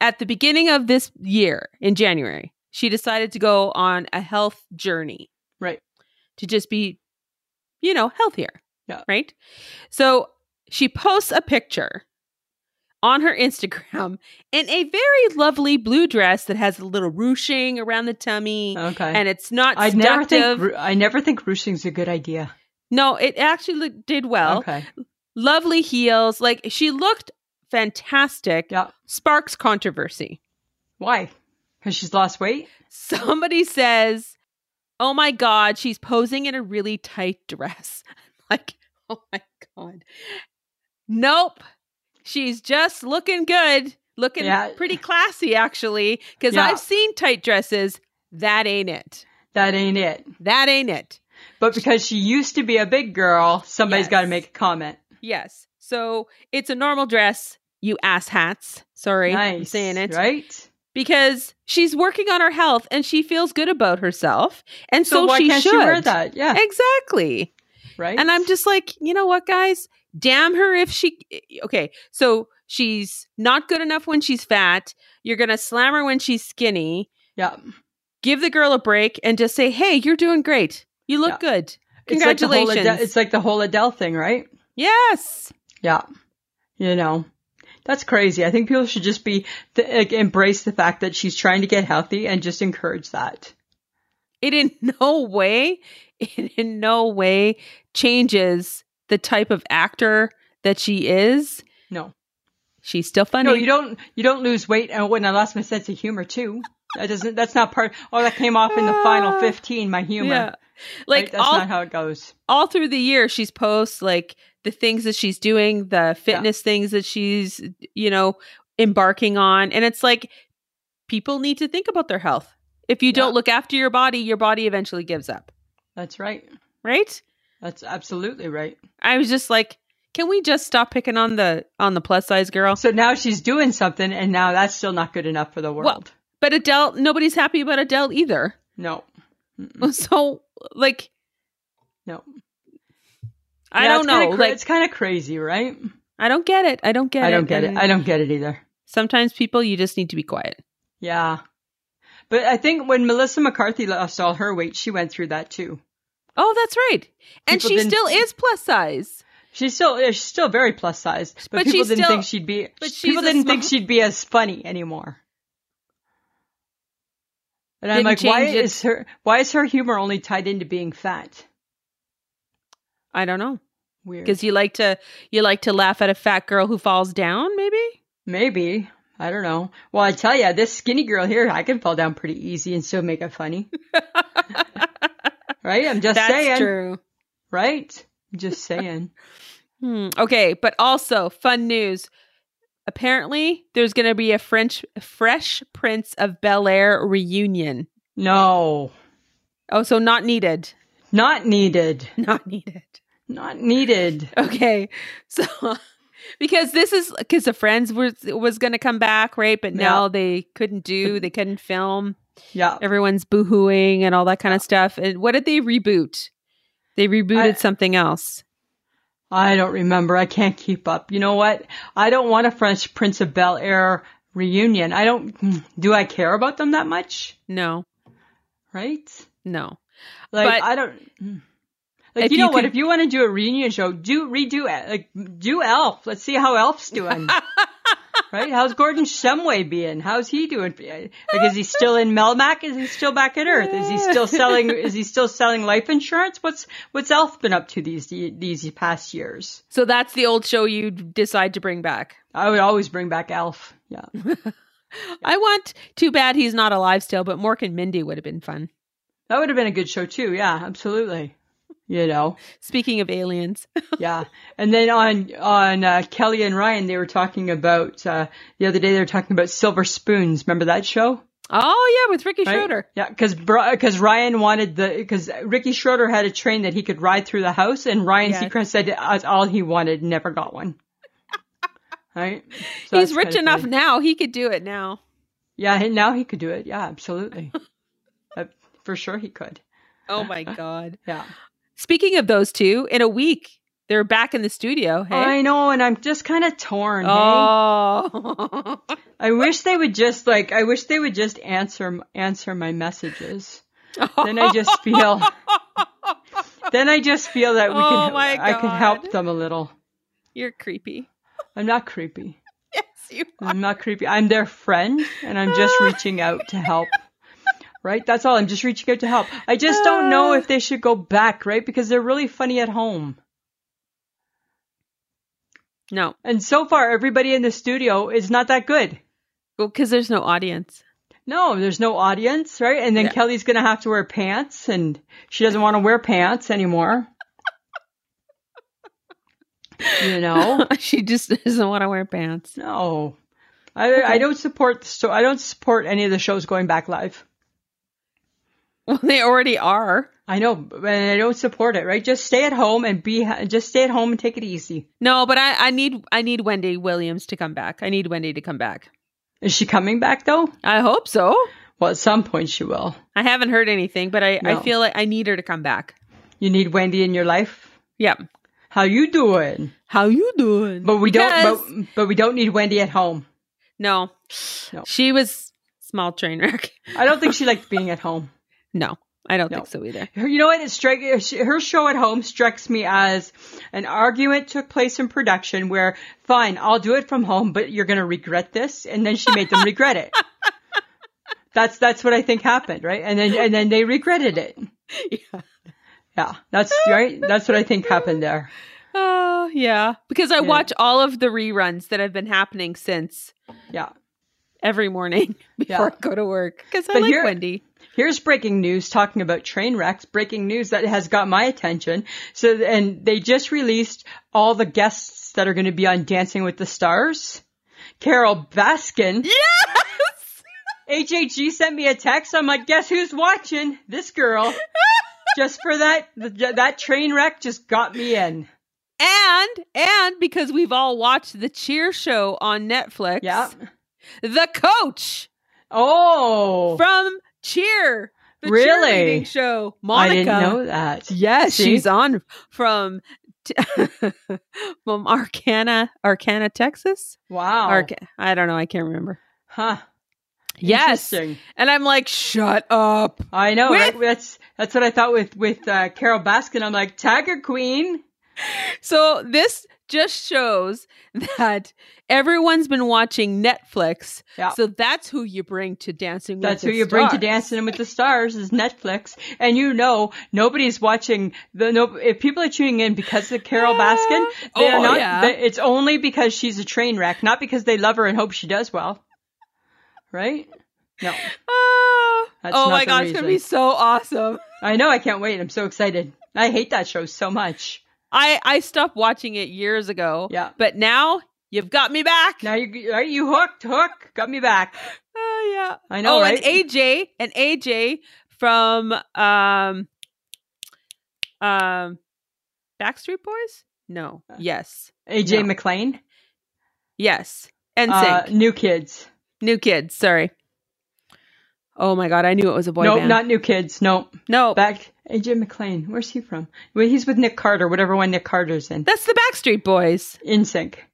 at the beginning of this year in January, she decided to go on a health journey. Right. to just be, you know, healthier. Yeah. Right. So she posts a picture on her Instagram in a very lovely blue dress that has a little ruching around the tummy. Okay. And it's not I never seductive. think ru- I never think ruching's a good idea. no, it actually look- did well. okay. Lovely heels. Like she looked fantastic. Yeah. Sparks controversy. Why? Because she's lost weight. somebody says, "Oh my god, she's posing in a really tight dress." like, "Oh my god." Nope. She's just looking good. Looking Yeah. pretty classy actually cuz Yeah. I've seen tight dresses. That ain't it. That ain't it. That ain't it. But because she used to be a big girl, somebody's Yes. got to make a comment. Yes. So it's a normal dress, you asshats. Sorry, I'm Nice. saying it. Right? Because she's working on her health and she feels good about herself. And so, why she can't should. she wear that? Yeah. Exactly. right. And I'm just like, you know what, guys? Damn her if she. Okay, so she's not good enough when she's fat. You're going to slam her when she's skinny. Yeah. Give the girl a break and just say, hey, you're doing great. You look good. It's like, the whole Adele, Congratulations. it's like the whole Adele thing, right? yes. Yeah. You know, that's crazy. I think people should just be th- like, embrace the fact that she's trying to get healthy and just encourage that. It in no way, it in no way changes the type of actor that she is. No. She's still funny. No, you don't. You don't lose weight. And when I lost my sense of humor too, that doesn't. That's not part. Oh, that came off in the final Ah. fifteen. My humor. Yeah. Like, Right? that's all not how it goes. all through the year she's posts like the things that she's doing the fitness things that she's you know embarking on and it's like people need to think about their health if you don't Yeah. look after your body your body eventually gives up That's right. right That's absolutely right. i was just like can we just stop picking on the on the plus size girl So now she's doing something, and now that's still not good enough for the world. but adele nobody's happy about adele either No. Mm-mm. so like No. i Yeah, don't it's kinda know cra- like it's kind of crazy, right? i don't get it i don't get it I don't get it. And I don't get it either. sometimes people you just need to be quiet Yeah. But I think when Melissa McCarthy lost all her weight, she went through that too. oh that's right and People she didn't- still is plus size She's still uh, she's still very plus sized, but, But people she's didn't still- think she'd be. but she's people a didn't think small- she'd be as funny anymore. And I'm Didn't like, why change it. is her why is her humor only tied into being fat? I don't know Weird. because you like to you like to laugh at a fat girl who falls down. Maybe Maybe. I don't know. Well, I tell ya, this skinny girl here, I can fall down pretty easy and still make it funny. right? I'm just that's saying. true. Right? I'm just saying. Hmm. Okay, but also fun news. Apparently, there's going to be a French Fresh Prince of Bel Air reunion. no. Oh, so not needed, Not needed. not needed. Not needed. Okay, so because this is because the Friends was was going to come back, right? But no, Yeah. they couldn't do, they couldn't film. Yeah. everyone's boohooing and all that kind of stuff. And what did they reboot? They rebooted I- something else. I don't remember. I can't keep up. You know what? I don't want a French Prince of Bel Air reunion. I don't. mm, Do I care about them that much? No, Right? no. Like But- I don't. hmm. Like If you know you what? could- If you want to do a reunion show, do redo it. Like do Elf. Let's see how Elf's doing. right? How's Gordon Shumway being? How's he doing? Like is he still in Melmac? Is he still back at Earth? Is he still selling? is he still selling life insurance? What's What's Elf been up to these these past years? So that's the old show you decide to bring back. I would always bring back Elf. Yeah. I want. Too bad he's not alive still, but Mork and Mindy would have been fun. That would have been a good show too. Yeah, absolutely. You know, Speaking of aliens, yeah. And then on on uh, Kelly and Ryan, they were talking about uh, the other day. They were talking about silver spoons. Remember that show? oh yeah, with Ricky Schroeder. Yeah, because because Ryan wanted the because Ricky Schroeder had a train that he could ride through the house, and Ryan Yes. Seacrest said that's all he wanted, never got one. right? So he's that's rich kinda enough funny. now; he could do it now. Yeah, and now he could do it. Yeah, absolutely. Uh, for sure, he could. Oh my god! Yeah. Speaking of those two, in a week they're back in the studio. Hey, I know, and I'm just kind of torn. hey? oh, I wish they would just like. I wish they would just answer answer my messages. Then I just feel. then I just feel that we Oh can. my I can help God. them a little. you're creepy. I'm not creepy. Yes, you are. I'm not creepy. I'm their friend, and I'm just reaching out to help. Right? That's all. I'm just reaching out to help. I just don't Uh. know if they should go back, right? Because they're really funny at home. No, And so far, everybody in the studio is not that good. because there's no audience. No, there's no audience, right? And then Yeah. Kelly's going to have to wear pants, and she doesn't want to wear pants anymore. you know? she just doesn't want to wear pants. No. I, I don't support the sto- I don't support any of the shows going back live. Well, they already are. I know, but I don't support it, right? Just stay at home and be, just stay at home and take it easy. No, but I, I need I need Wendy Williams to come back. I need Wendy to come back. Is she coming back though? I hope so. Well, at some point she will. I haven't heard anything, but I, No. I feel like I need her to come back. You need Wendy in your life. Yep. How you doing? How you doing? But we Because- don't. But, but we don't need Wendy at home. no. No. She was small train wreck. I don't think she liked being at home. No, I don't No. think so either. Her- You know what? It strike she- her show at home strikes me as an argument took place in production where, fine, I'll do it from home, but you're going to regret this, and then she made them regret it. That's that's what I think happened, right? And then and then they regretted it. Yeah. Yeah, that's right. That's what I think happened there. Oh, yeah. Because I Yeah. watch all of the reruns that have been happening since Yeah. every morning before Yeah. I go to work. Because I But like here- Wendy. Here's breaking news talking about train wrecks, breaking news that has got my attention. So, and they just released all the guests that are going to be on Dancing with the Stars. Carol Baskin. Yes! HHG sent me a text. I'm like, guess who's watching? This girl. just for that, that train wreck just got me in. And and because we've all watched the cheer show on Netflix, Yeah. the coach Oh, from Cheer, the Really? cheerleading show, I Monica. didn't know that. Yes, See? she's on from t- from Arcana, Arcana, Texas. Wow. Arca- I don't know. I can't remember. huh. Yes, Interesting. and I'm like, shut up. I know. With- right? That's that's what I thought with with uh, Carol Baskin. I'm like, tag her queen. So this just shows that everyone's been watching Netflix. Yeah. So that's who you bring to Dancing with That's the who you bring to Stars. Dancing with the Stars is Netflix, and you know nobody's watching the no. If people are tuning in because of Carol Baskin, they are Oh, not. yeah. they- it's only because she's a train wreck, not because they love her and hope she does well. Right? No, Ah. That's oh not my the god, it's gonna be reason. so awesome. I know. I can't wait. I'm so excited. I hate that show so much. I I stopped watching it years ago. Yeah. But now you've got me back. Now you are you hooked? Hook got me back. Oh yeah. I know. oh, right? and AJ and AJ from um um Backstreet Boys? No. Uh. Yes. AJ no. McLean, Yes. And uh, New Kids. New Kids, sorry. Oh my god, I knew it was a boy no, band. not New Kids. No, no. back AJ McLean. Where's he from? Well, he's with Nick Carter, whatever one Nick Carter's in. That's the Backstreet Boys. In sync.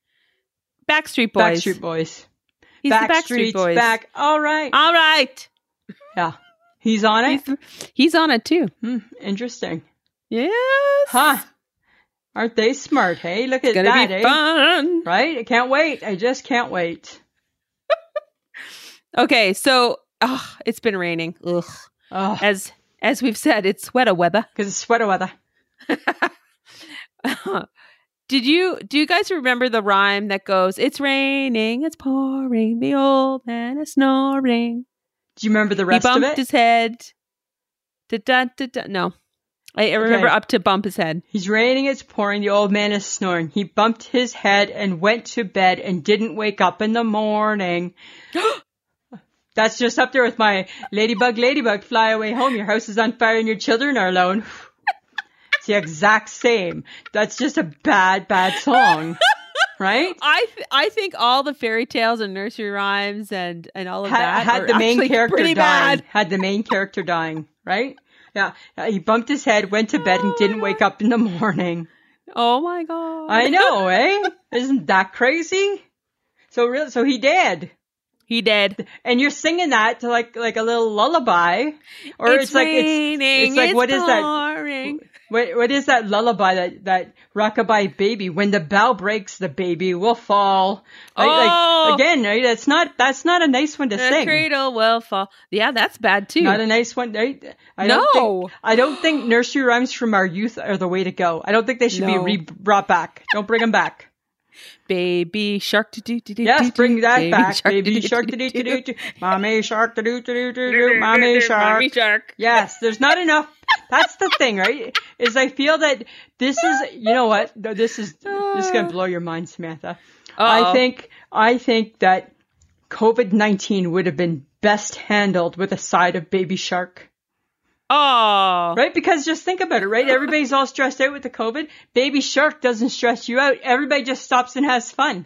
Backstreet Boys. Backstreet Boys. He's the Backstreet's Backstreet Boys. Back. All right. All right. yeah. He's on it. He's, he's on it too. Hmm, interesting. Yes. Huh. Aren't they smart? Hey, look at Gonna that. be eh? fun. Right? I can't wait. I just can't wait. Okay, so ugh, it's been raining. Ugh. Oh, As as we've said, it's sweater weather. because it's sweater weather. Did you do you guys remember the rhyme that goes, "It's raining, it's pouring, the old man is snoring." Do you remember the rest he of bumped it? his head. Da-da-da-da. No, I, I remember Okay. up to bump his head. He's raining, it's pouring, the old man is snoring. He bumped his head and went to bed and didn't wake up in the morning. That's just up there with my ladybug, ladybug, fly away home. Your house is on fire and your children are alone. It's the exact same. That's just a bad, bad song, right? I th- I think all the fairy tales and nursery rhymes and and all of had, that had are the main actually character pretty dying. bad. Had the main character dying, right? Yeah, Uh, he bumped his head, went to bed, and didn't wake up in the morning. Oh my god! I know, eh? Isn't that crazy? So real, so he did, he did. and you're singing that to like like a little lullaby, or it's, like it's raining, it's like, what is that? pouring. what, what is that lullaby that that rockabye baby? When the bow breaks, the baby will fall. Right? Oh. Like again, right? That's not that's not a nice one to The sing. cradle will fall. Yeah, that's bad too. Not a nice one, right? I Don't No. think, I don't think nursery rhymes from our youth are the way to go. I don't think they should No. be re- brought back. Don't bring them back. baby shark to do do do. Yes, do, bring do, that back. Baby do, shark do, to do do, to do. do do. Mommy shark to do to do to do. Mommy shark. Mommy shark. Yes, there's not enough. That's the thing, right? Is I feel that this is, you know what? No, This is this is gonna blow your mind, Samantha. I Uh-oh. think I think that COVID nineteen would have been best handled with a side of Baby Shark. Oh, Right? Because just think about it, right? Everybody's all stressed out with the COVID. Baby shark doesn't stress you out. Everybody just stops and has fun.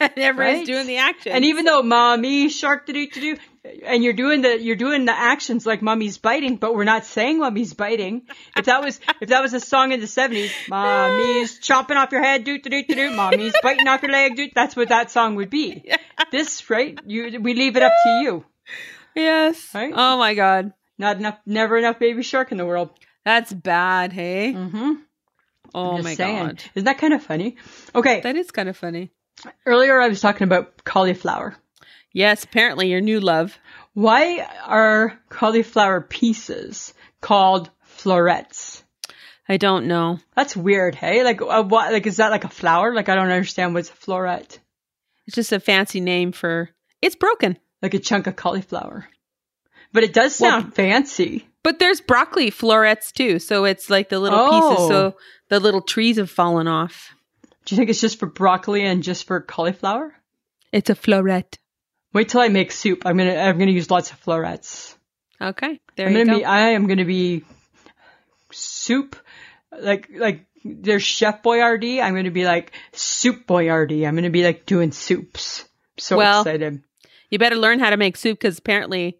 and everyone's Right? doing the action. And even though mommy shark to do to do, and you're doing the you're doing the actions like mommy's biting, but we're not saying mommy's biting. If that was if that was a song in the seventies, mommy's chopping off your head, do to do to do, mommy's biting off your leg, do. That's what that song would be. This right? You we leave it up to you. yes. Right? Oh my god, Not enough, never enough baby shark in the world. that's bad. Hey. Mm-hmm. Oh my god, Isn't that kind of funny? Okay. that is kind of funny. Earlier, I was talking about cauliflower. Yes, apparently your new love. Why are cauliflower pieces called florets? I don't know. That's weird, hey? Like, uh, what, like is that like a flower? Like, I don't understand what's a floret. It's just a fancy name for it's broken. Like a chunk of cauliflower. But it does sound fancy. But there's broccoli florets too, so it's like the little pieces. Oh. So the little trees have fallen off. Do you think it's just for broccoli and just for cauliflower? It's a floret. Wait till I make soup. I'm gonna I'm gonna use lots of florets. Okay, there I'm you gonna go. be I am gonna be soup like like there's Chef Boyardee. I'm gonna be like soup Boyardee. I'm gonna be like doing soups. I'm so Well- excited. you better learn how to make soup because apparently,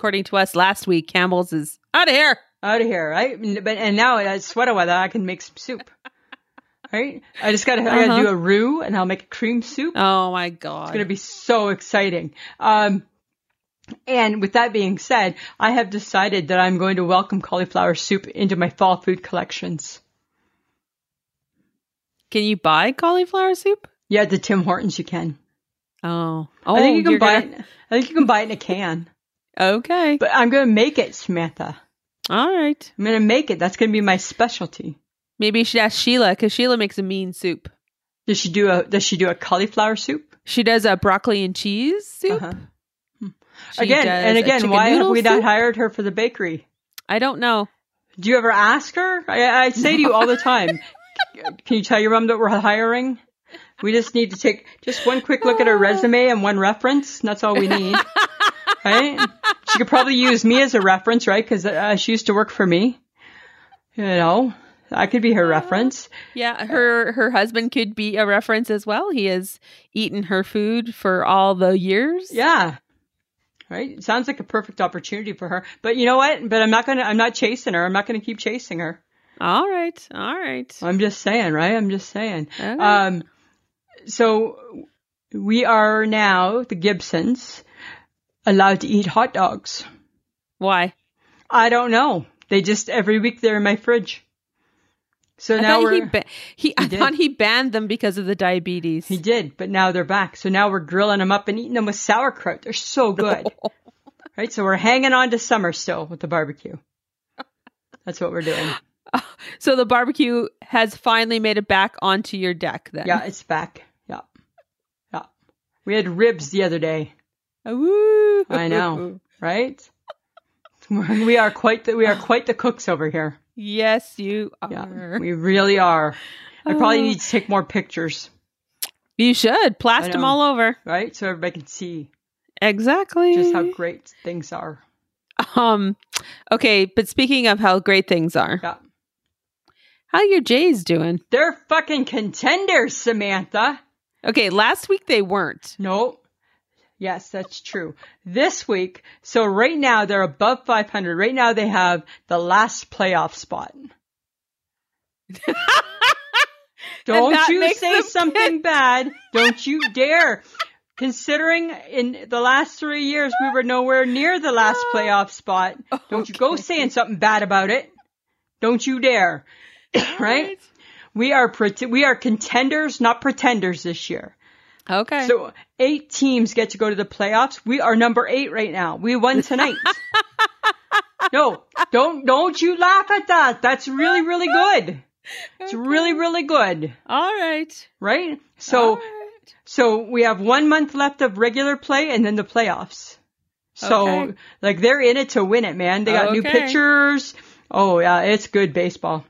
according to us last week, Campbell's is out of here. Out of here, right? And- But and now that sweater weather, I can make some soup. Right? I just gotta I Uh-huh. gotta do a roux and I'll make a cream soup. Oh my god, It's going to be so exciting. Um, and with that being said, I have decided that I'm going to welcome cauliflower soup into my fall food collections. Can you buy cauliflower soup? Yeah, the Tim Hortons you can. Oh, oh, I think you can you're buy gonna- it. I think you can buy it in a can. Okay, But I'm going to make it, Samantha. all right. I'm going to make it. That's going to be my specialty. Maybe you should ask Sheila because Sheila makes a mean soup. Does she do a Does she do a cauliflower soup? She does a broccoli and cheese soup. Uh-huh. She Again does and a again, chicken why have noodle we not soup. hired her for the bakery? I don't know. Do you ever ask her? I, I say to you all the time, can you tell your mom that we're hiring? We just need to take just one quick look at her resume and one reference. and That's all we need, right? She could probably use me as a reference, right? Because uh, she used to work for me. You know, I could be her reference. Yeah, her her husband could be a reference as well. He has eaten her food for all the years. Yeah. Right? Sounds like a perfect opportunity for her. But you know what? But I'm not gonna. I'm not chasing her. I'm not gonna keep chasing her. All right. All right. I'm just saying, right? I'm just saying. Okay. Um, so we are now the Gibsons allowed to eat hot dogs. Why? I don't know. They just every week they're in my fridge. So I now thought we're he, ba- he, I did. thought he banned them because of the diabetes. he did, but now they're back. So now we're grilling them up and eating them with sauerkraut. They're so good, right? So we're hanging on to summer still with the barbecue. That's what we're doing. So the barbecue has finally made it back onto your deck then. Yeah, it's back. Yeah, yeah. We had ribs the other day. Woo. I know, right? We are quite the we are quite the cooks over here. Yes, you are. Yeah, we really are. I probably Oh. need to take more pictures, You should plaster them know. all over. right? So everybody can see Exactly. just how great things are. um okay, but speaking of how great things are. Yeah, How your Jays doing? they're fucking contenders, Samantha. Okay, last week they weren't. No, yes, that's true. This week, so right now they're above 500. Right now they have the last playoff spot. Don't that you makes say them something bad. Don't you dare. Considering in the last three years we were nowhere near the last playoff spot. Don't you go saying something bad about it. Don't you dare. right? We are pret- we are contenders, not pretenders this year. Okay. So eight teams get to go to the playoffs. We are number eight right now. We won tonight. no, don't don't you laugh at that. That's really really good. It's really really good, all right. right? So All right. so we have one month left of regular play and then the playoffs. So Okay. like they're in it to win it, man. They got new Okay. pitchers. Oh yeah, it's good baseball.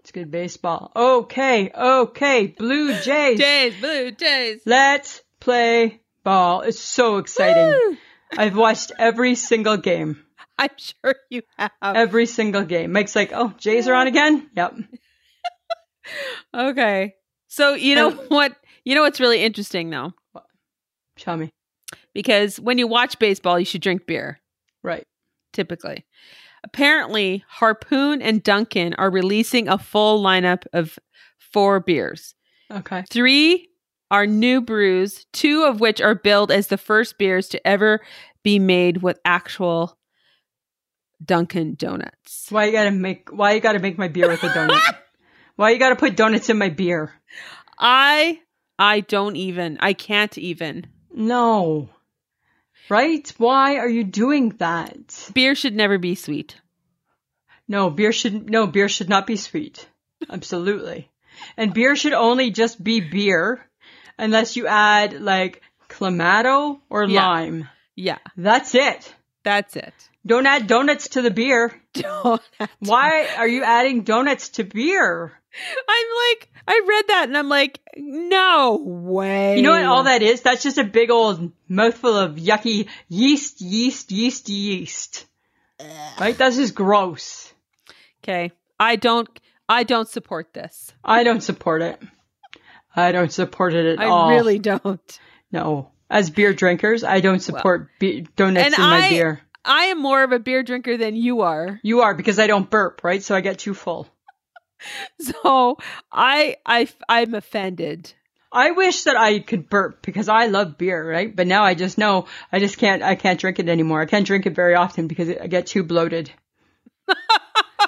It's good baseball. Okay, okay, Blue Jays. Jays, blue Jays. Let's play ball. It's so exciting. Woo! I've watched every single game. I'm sure you have. Every single game. Mike's like, oh, Jays are on again? Yep. okay. So you know what? You know what's really interesting though, Tell me. because when you watch baseball, you should drink beer Right. typically. Apparently, Harpoon and Duncan are releasing a full lineup of four beers. Okay. Three are new brews, two of which are billed as the first beers to ever be made with actual Dunkin' Donuts. Why you gotta make why you gotta make my beer with a donut? why you gotta put donuts in my beer? I I don't even. I can't even. No. Right? Why are you doing that? Beer should never be sweet. No, beer should no beer should not be sweet. Absolutely. and beer should only just be beer unless you add like clamato or Yeah. lime. Yeah, That's it. that's it. Don't add donuts to the beer. Don't. Why are you adding donuts to beer? I'm like I read that and I'm like no way. You know what all that is? That's just a big old mouthful of yucky yeast, yeast, yeast, yeast. Right? That's just gross. Okay. I don't I don't support this. I don't support it. I don't support it at I all. really don't. no. As beer drinkers, I don't support be- donuts and in my I- beer. I am more of a beer drinker than you are. You are because I don't burp, right? So I get too full. So I I I'm offended. I wish that I could burp because I love beer, right? But now I just know I just can't. I can't drink it anymore. I can't drink it very often because I get too bloated.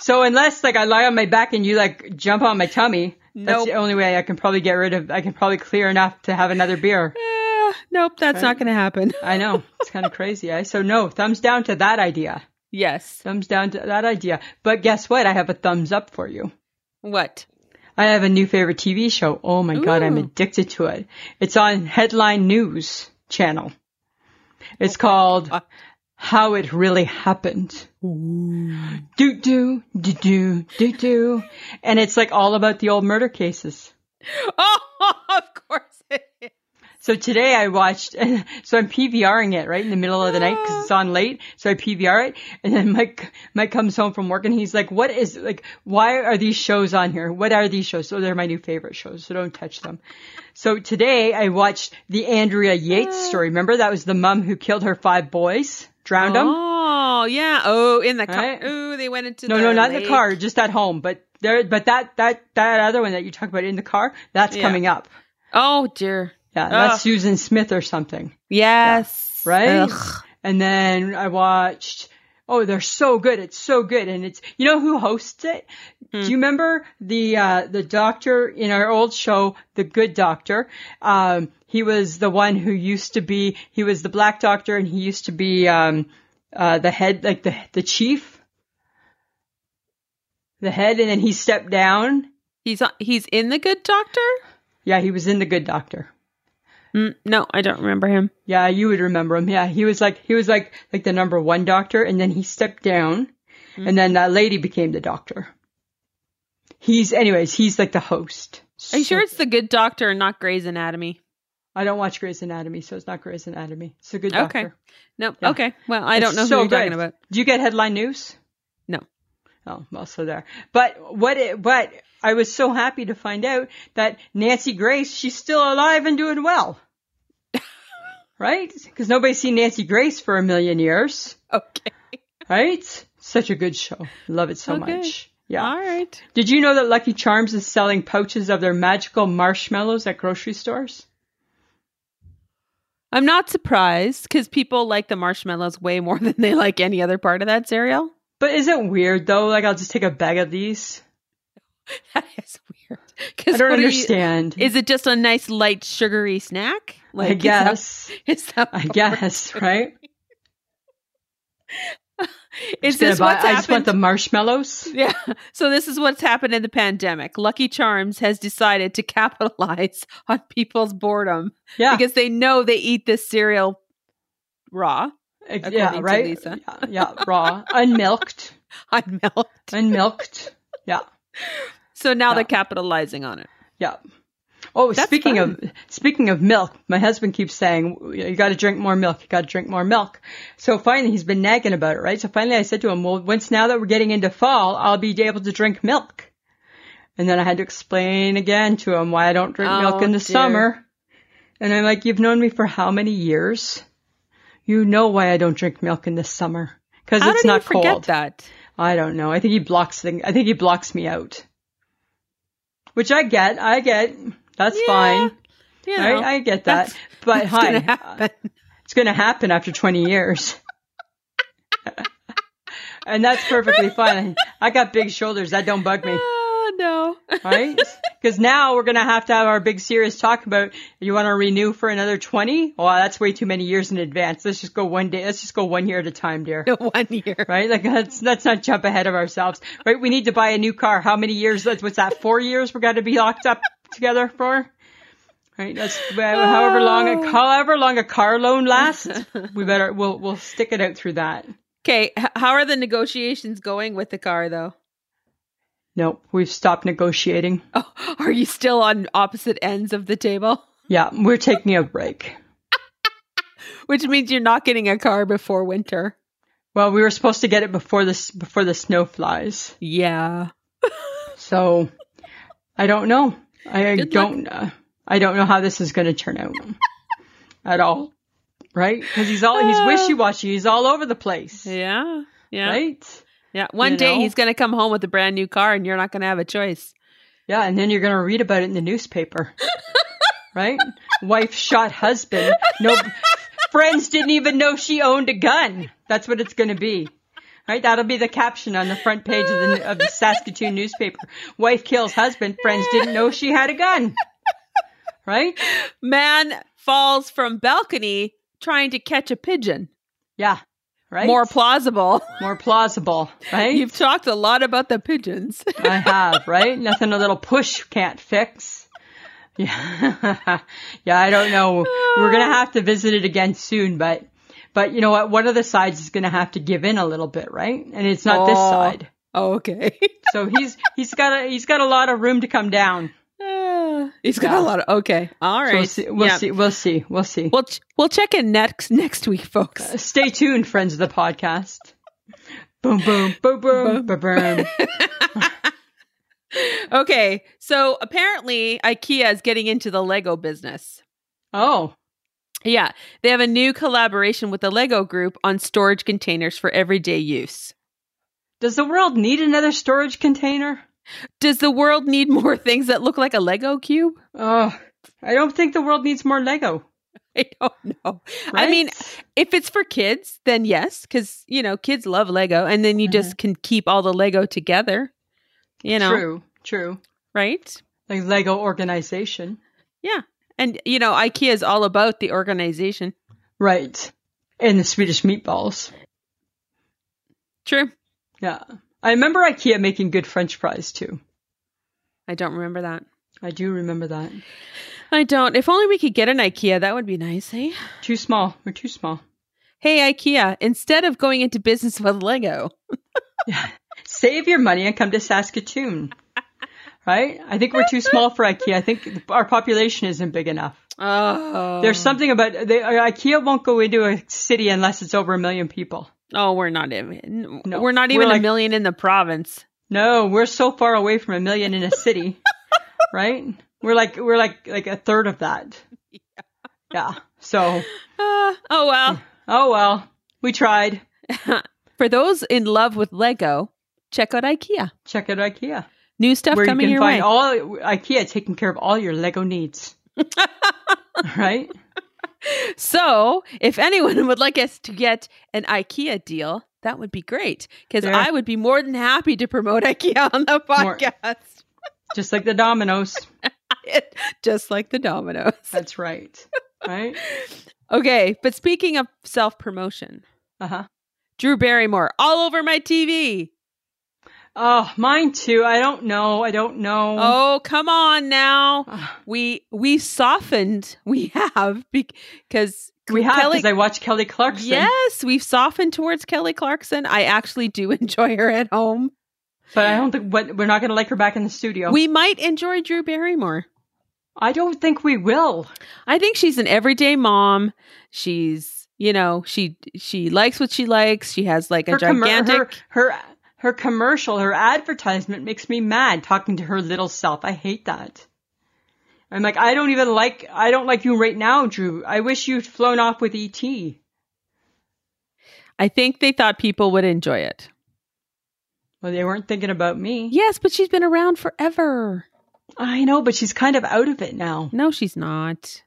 so unless like I lie on my back and you like jump on my tummy, that's Nope. the only way I can probably get rid of. I can probably clear enough to have another beer. Eh, nope, that's not going to happen. I know it's kind of crazy. I so no thumbs down to that idea. Yes. Thumbs down to that idea. But guess what? I have a thumbs up for you. What? I have a new favorite TV show. Oh my god, I'm Ooh. addicted to it. It's on Headline News channel. It's called Oh God. How It Really Happened. Do do do do do do, and it's like all about the old murder cases. Oh, of course. It is. So today I watched, so I'm PVRing it right in the middle of the night because it's on late. So I PVR it, and then Mike Mike comes home from work and he's like, "What is like? Why are these shows on here? What are these shows?" So they're my new favorite shows. So don't touch them. So today I watched the Andrea Yates Ah. story. Remember that was the mom who killed her five boys, drowned them. Oh, yeah. Oh, in the car. Right? Oh, they went into No, the no, not in the lake. car, just at home. But there, but that that that other one that you talk about in the car, that's Yeah. coming up. Oh, dear. Yeah, that's Ugh. Susan Smith or something. Yes. right? Ugh. And then I watched. Oh, they're so good! It's so good, and it's you know who hosts it. Do you remember the uh, the doctor in our old show, The Good Doctor? Um, he was the one who used to be. He was the black doctor, and he used to be um, uh, the head, like the the chief, the head, and then he stepped down. He's on, he's in the good doctor? Yeah, he was in The Good Doctor. Mm, no, I don't remember him. Yeah, you would remember him. Yeah, he was like he was like like the number one doctor, and then he stepped down, and then that lady became the doctor. He's anyways, he's like the host. Are you So- sure it's the good doctor and not Grey's Anatomy? I don't watch Grey's Anatomy, so it's not Grey's Anatomy. It's a good Okay. doctor. Nope. Yeah. Okay. Well, I don't It's know who so you're talking good. about. Do you get headline news? No. Oh, well, so there. But what? It, but I was so happy to find out that Nancy Grace, she's still alive and doing well. right? Because nobody's seen Nancy Grace for a million years. Okay. Right? Such a good show. Love it so Okay. much. Yeah. All right. Did you know that Lucky Charms is selling pouches of their magical marshmallows at grocery stores? I'm not surprised because people like the marshmallows way more than they like any other part of that cereal. But is it weird though? Like I'll just take a bag of these. That is weird. I don't understand. is it just a nice light sugary snack? I is that- guess. Is that, I guess, right? is Just gonna this buy- what's uh, I just happened? want the marshmallows. yeah. So this is what's happened in the pandemic. Lucky Charms has decided to capitalize on people's boredom Yeah. because they know they eat this cereal raw, Ex- according yeah, to right? Lisa. Yeah, yeah, raw. Unmilked. unmelt. Unmilked. Yeah. So now Yeah. they're capitalizing on it. Yeah. Oh, That's speaking fun. of speaking of milk, my husband keeps saying you got to drink more milk. You got to drink more milk. So finally, he's been nagging about it, right? So finally, I said to him, "Well, once now that we're getting into fall, I'll be able to drink milk." And then I had to explain again to him why I don't drink milk Oh, in the dear. summer. And I'm like, "You've known me for how many years? You know why I don't drink milk in the summer because How it's did not he forget cold." that? I don't know. I think he blocks thing. I think he blocks me out, which I get. I get. That's Yeah, fine. You I, know, I get that. that's- but it's hi, gonna happen. it's going to happen after 20 years. and that's perfectly fine. I got big shoulders. That don't bug me. Oh no. Right? Because now we're going to have to have our big serious talk about you want to renew for another 20? Wow, that's way too many years in advance. Let's just go one day. Let's just go one year at a time, dear. One year. Right? Like let's let's not jump ahead of ourselves. Right? We need to buy a new car. How many years? That's what's that? Four years we're gonna be locked up together for. Right? That's however long a, however long a car loan lasts. We better we'll we'll stick it out through that. Okay. h- how are the negotiations going with the car though? Nope, we've stopped negotiating. Oh, are you still on opposite ends of the table? Yeah, we're taking a break. Which means you're not getting a car before winter. Well, we were supposed to get it before this before the snow flies. Yeah. So I don't know. I Good luck. don't. Uh, I don't know how this is going to turn out at all. Right? Because he's all he's Uh. wishy washy. He's all over the place. Yeah. Yeah. Right? Yeah. One You day know? he's going to come home with a brand new car and you're not going to have a choice. Yeah, and then you're going to read about it in the newspaper. right? Wife shot husband. No friends didn't even know she owned a gun. That's what it's going to be. Right? That'll be the caption on the front page of the of the Saskatoon newspaper. Wife kills husband. Friends didn't know she had a gun. Right? Man falls from balcony trying to catch a pigeon. Yeah. Right? More plausible. More plausible, right? You've talked a lot about the pigeons. I have, right? Nothing a little push can't fix. Yeah. yeah, I don't know. We're going to have to visit it again soon, but but you know what? One of the sides is going to have to give in a little bit, right? And it's not this Oh. side. Oh, okay. So he's he's got a he's got a lot of room to come down. Uh, he's got Yeah. a lot of okay. All So we'll right. see we'll Yeah. see we'll see. We'll see. We'll ch- we'll check in next next week, folks. Stay tuned friends of the podcast. Boom boom boom boom boom boom. Okay, so apparently IKEA is getting into the Lego business. Oh, Yeah, they have a new collaboration with the Lego Group on storage containers for everyday use. does the world need another storage container? Does the world need more things that look like a Lego cube? Oh, I don't think the world needs more Lego. I don't know. I mean, right? if it's for kids, then yes, because you know kids love Lego, and then you just can keep all the Lego together. You know, Mm-hmm. true, true. right? Like Lego organization, And you know, IKEA is all about the organization. right? And the Swedish meatballs. True. Yeah, I remember IKEA making good French fries too. I don't remember that. I do remember that. I don't. If only we could get an IKEA, that would be nice, eh? Too small. We're too small. Hey IKEA, instead of going into business with Lego. Save your money and come to Saskatoon. Right? I think we're too small for IKEA. I think our population isn't big enough. Oh. There's something about they, IKEA won't go into a city unless it's over a million people. Oh, we're not even No, we're not we're even a like- million in the province. No, we're so far away from a million in a city, right? We're like we're like like a third of that. Yeah. So, Uh, oh well. oh well, we tried. For those in love with Lego, check out IKEA. Check out IKEA, New stuff where you coming can your find way. all IKEA taking care of all your Lego needs. right? so, if anyone would like us to get an IKEA deal, that would be great because There. I would be more than happy to promote IKEA on the More- podcast. Just like the dominoes. Just like the dominoes. That's right. Right? Okay, but speaking of self promotion, Uh-huh. Drew Barrymore all over my TV. Oh, mine too. I don't know. I don't know. Oh, come on now. Ah, We we softened. We have because we have Kelly- because I watch Kelly Clarkson. yes, we've softened towards Kelly Clarkson. I actually do enjoy her at home. But I don't think what we're not going to like her back in the studio. We might enjoy Drew Barrymore. I don't think we will. I think she's an everyday mom. She's, you know, she she likes what she likes. She has like a Her, commer- gigantic her her her commercial, her advertisement makes me mad talking to her little self. I hate that. I'm like, I don't even like I don't like you right now, Drew. I wish you'd flown off with E ET. I think they thought people would enjoy it. Well, they weren't thinking about me. Yes, but she's been around forever. I know, but she's kind of out of it now. No, she's not.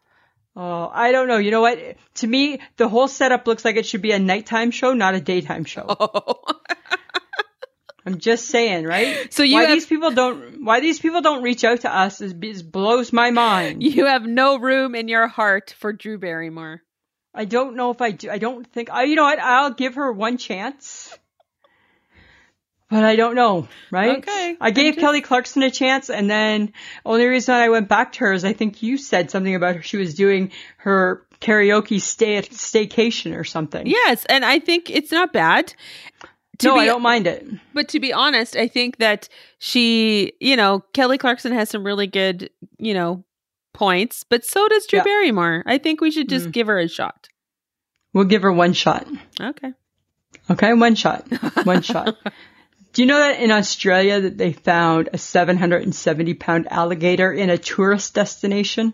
Oh, I don't know. You know what? To me, the whole setup looks like it should be a nighttime show, not a daytime show. Oh. I'm just saying, right? So you why have- these people don't why these people don't reach out to us is, is blows my mind. You have no room in your heart for Drew Barrymore. I don't know if I do. I don't think. I, you know what? I'll give her one chance. But I don't know, right? Okay. I gave I'm just- Kelly Clarkson a chance, and then only reason I went back to her is I think you said something about her. She was doing her karaoke stay at staycation or something. Yes, and I think it's not bad. To No, be, I don't mind it. But to be honest, I think that she, you know, Kelly Clarkson has some really good, you know, points, but so does Drew Yeah. Mm. Barrymore. I think we should just give her a shot. We'll give her one shot. Okay. Okay, one shot. One shot. Do you know that in Australia that they found a 770 pound alligator in a tourist destination?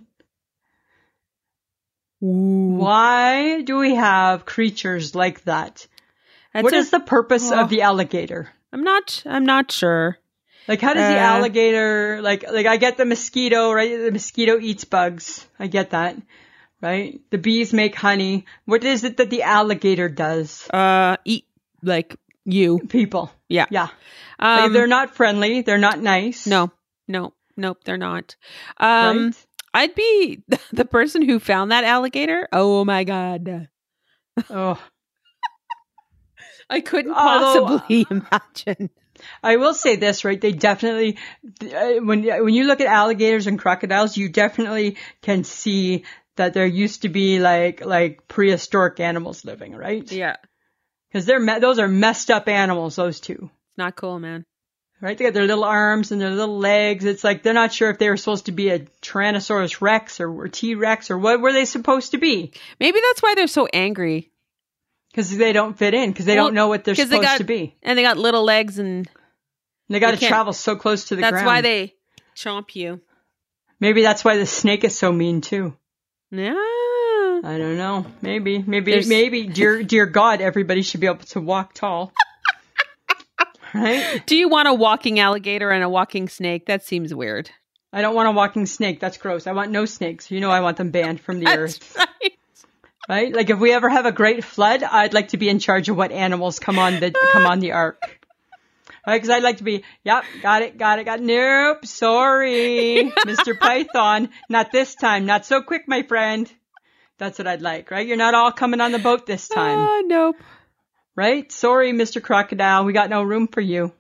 Why do we have creatures like that? That's what a- is the purpose Oh. of the alligator? I'm not I'm not sure. Like how does the Uh. alligator like like I get the mosquito, right? The mosquito eats bugs. I get that. Right? The bees make honey. What is it that the alligator does? Uh eat like you. People. Yeah. Yeah. Um Like, they're not friendly, they're not nice. No. No. Nope, they're not. Um right? I'd be the person who found that alligator. Oh my god. Oh. I couldn't Although- uh, possibly imagine. I will say this, right? They definitely, uh, when when you look at alligators and crocodiles, you definitely can see that there used to be like like prehistoric animals living, right? Yeah. Because they're me- those are messed up animals, those two, It's not cool, man. right? They got their little arms and their little legs. It's like they're not sure if they were supposed to be a Tyrannosaurus Rex or T Rex or what were they supposed to be? Maybe that's why they're so angry. Because they don't fit in. Because they Well, don't know what they're 'cause supposed they got- to be. And they got little legs and They got to can't- travel so close to the that's ground. why they chomp you. Maybe that's why the snake is so mean too. Yeah. I don't know. Maybe, maybe, There's- maybe. Dear, dear God, everybody should be able to walk tall, right? Do you want a walking alligator and a walking snake? That seems weird. I don't want a walking snake. That's gross. I want no snakes. You know, I want them banned from the earth, right. right? Like if we ever have a great flood, I'd like to be in charge of what animals come on the come on the ark, right? Because I'd like to be. Yep, got it, got it, got. Nope, sorry, Mr. Python. Not this time. Not so quick, my friend. That's what I'd like, right? You're not all coming on the boat this time. Ah, nope. right? Sorry, Mr. Crocodile, we got no room for you.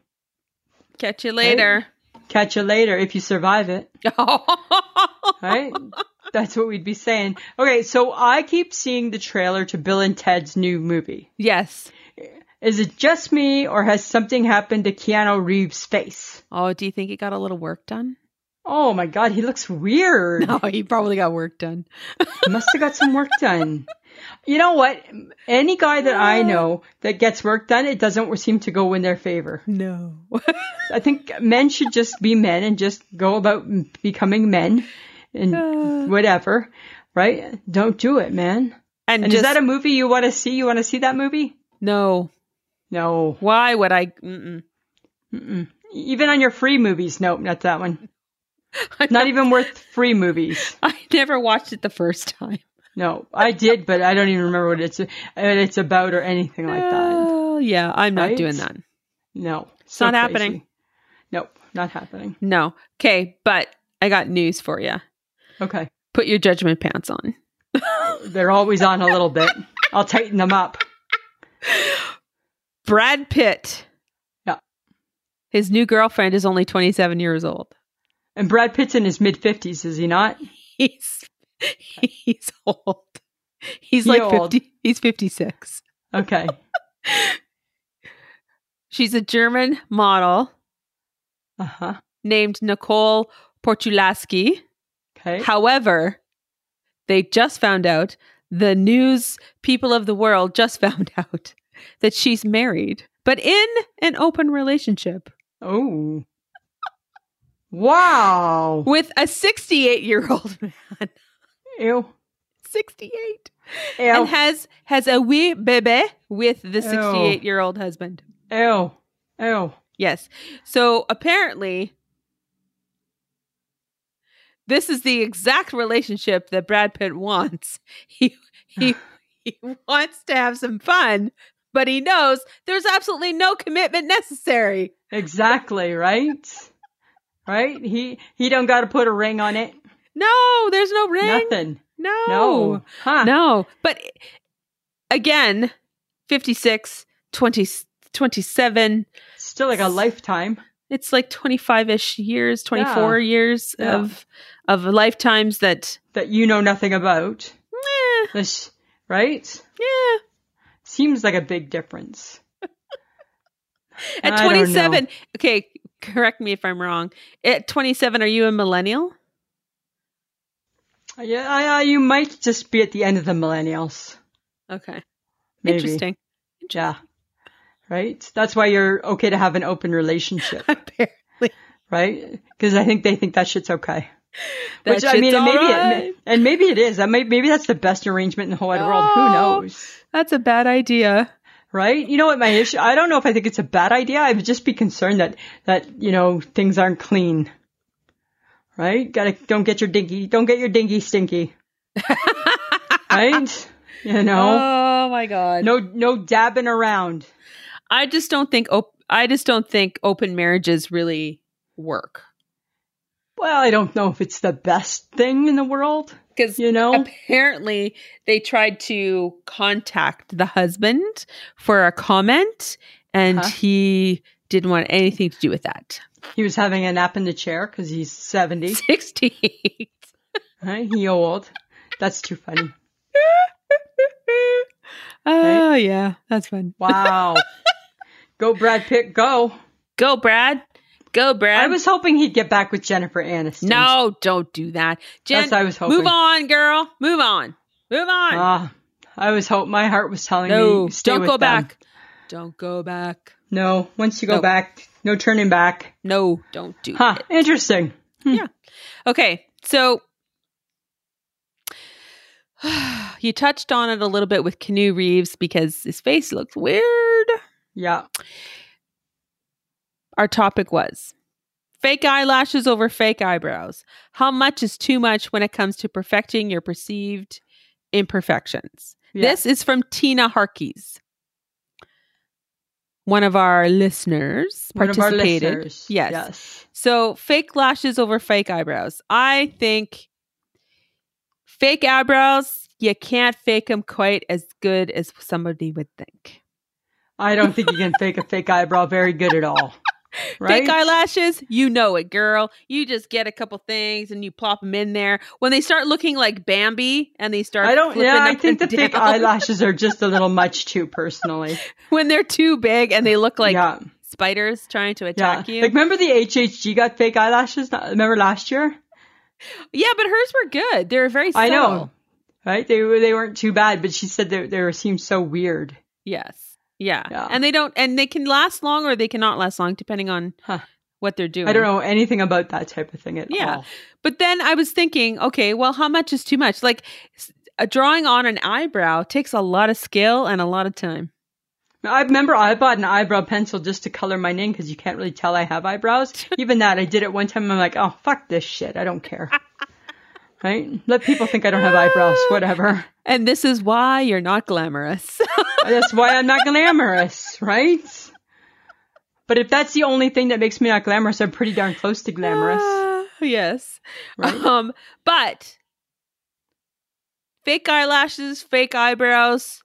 Catch you later. Catch you later if you survive it, right? That's what we'd be saying. Okay, so I keep seeing the trailer to Bill and Ted's new movie. yes. Is it just me or has something happened to Keanu Reeves' face? Oh, do you think he got a little work done? Oh my god, he looks weird. No, he probably got work done. Must have got some work done. You know what? Any guy that I know that gets work done, it doesn't seem to go in their favor. No. I think men should just be men and just go about m- becoming men Uh. and whatever, right? Don't do it, man. and And just is that a movie you want to see? You want to see that movie? no. No. Why would I? Mm-mm. Even on your free movies, nope, not that one. Not even worth free movies. I never watched it the first time. No, I did, but I don't even remember what it's what it's about or anything like that. Oh, yeah. I'm not Right? doing that. No, it's not happening. Nope, not happening. No. Okay, but I got news for you. Okay, Put your judgment pants on. they're always on a little bit. I'll tighten them up. Brad Pitt. Yeah. His new girlfriend is only 27 years old. And Brad Pitt's in his mid fifties, is he not? He's he's old. He's like He old. 50. He's 56. Okay. She's a German model Uh huh. named Nicole Portulaski. Okay. Okay. However, they just found out, the news people of the world just found out that she's married, but in an open relationship oh. Wow. with a 68 year old man. Ew. 68. Ew. And has has a wee bebe with the 68 year old husband. Ew. Ew. Yes. So apparently, this is the exact relationship that Brad Pitt wants. He he he wants to have some fun, but he knows there's absolutely no commitment necessary. Exactly, right? Right? He he don't gotta put a ring on it. No, there's no ring. Nothing. No. No. Huh. No. But again, 56, 20, 27, Still like a lifetime. it's like 25ish years, 24 years Yeah. of of lifetimes that that you know nothing about. eh, This, right? yeah, Seems like a big difference. At I don't know. 27, okay, correct me if I'm wrong. At 27, are you a millennial? Yeah, I, I, you might just be at the end of the millennials. Okay. Maybe. Interesting. Yeah. Right? That's why you're okay to have an open relationship, Apparently. right? Because I think they think that shit's okay. That shit's all maybe right. it, and maybe it is. I may, maybe that's the best arrangement in the whole wide world. Who Oh. knows? That's a bad idea. Right? You know what my issue? I don't know if I think it's a bad idea. I would just be concerned that that you know things aren't clean. Right? Gotta don't get your dinky don't get your dinky stinky. right? You know, Oh my god. no no dabbing around. I just don't think op- I just don't think open marriages really work. Well, I don't know if it's the best thing in the world. Cuz You know, apparently they tried to contact the husband for a comment and Huh. he didn't want anything to do with that. he was having a nap in the chair because he's seventy. 68. Right? He old. That's too funny. Oh yeah, that's fun. Wow. go Brad Pitt, go. Go, Brad. Go, Brad. I was hoping he'd get back with Jennifer Aniston. no, don't do that. Jen, That's what I was hoping. move on, girl. Move on. Move on. Ah, I was hope my heart was telling no, me. stay don't with go them. back. Don't go back. No, once you go No. back, no turning back. No, don't do Huh? it. Interesting. Okay, so you touched on it a little bit with Canoe Reeves because his face looks weird. Yeah. Our topic was fake eyelashes over fake eyebrows. How much is too much when it comes to perfecting your perceived imperfections? yeah. This is from Tina Harkey's, one of our listeners One of our participated. listeners. Yes. Yes. So fake lashes over fake eyebrows. I think fake eyebrows, you can't fake them quite as good as somebody would think. I don't think you can fake a fake eyebrow very good at all. Right? Fake eyelashes, you know it, girl. You just get a couple things and you plop them in there. When they start looking like Bambi and they start, I don't. flipping Yeah, I up think the and fake down, eyelashes are just a little much too personally. when they're too big and they look like yeah, spiders trying to yeah. attack you. Like, remember the HHG got fake eyelashes? Not- Remember last year? Yeah, but hers were good. They were very subtle. I know. Right? They were. They weren't too bad, but she said they they were, seemed so weird. Yes. Yeah. Yeah. And they don't and they can last long or they cannot last long depending on Huh. what they're doing. I don't know anything about that type of thing at Yeah. all. But then I was thinking, okay, well how much is too much? Like s- a drawing on an eyebrow takes a lot of skill and a lot of time. I remember I bought an eyebrow pencil just to color mine in because you can't really tell I have eyebrows. Even that, I did it one time. I'm like, oh fuck this shit, I don't care. right? Let people think I don't have eyebrows, whatever. And this is why you're not glamorous. That's why I'm not glamorous, right? But if that's the only thing that makes me not glamorous, I'm pretty darn close to glamorous, Ah, yes. right? Um but fake eyelashes, fake eyebrows.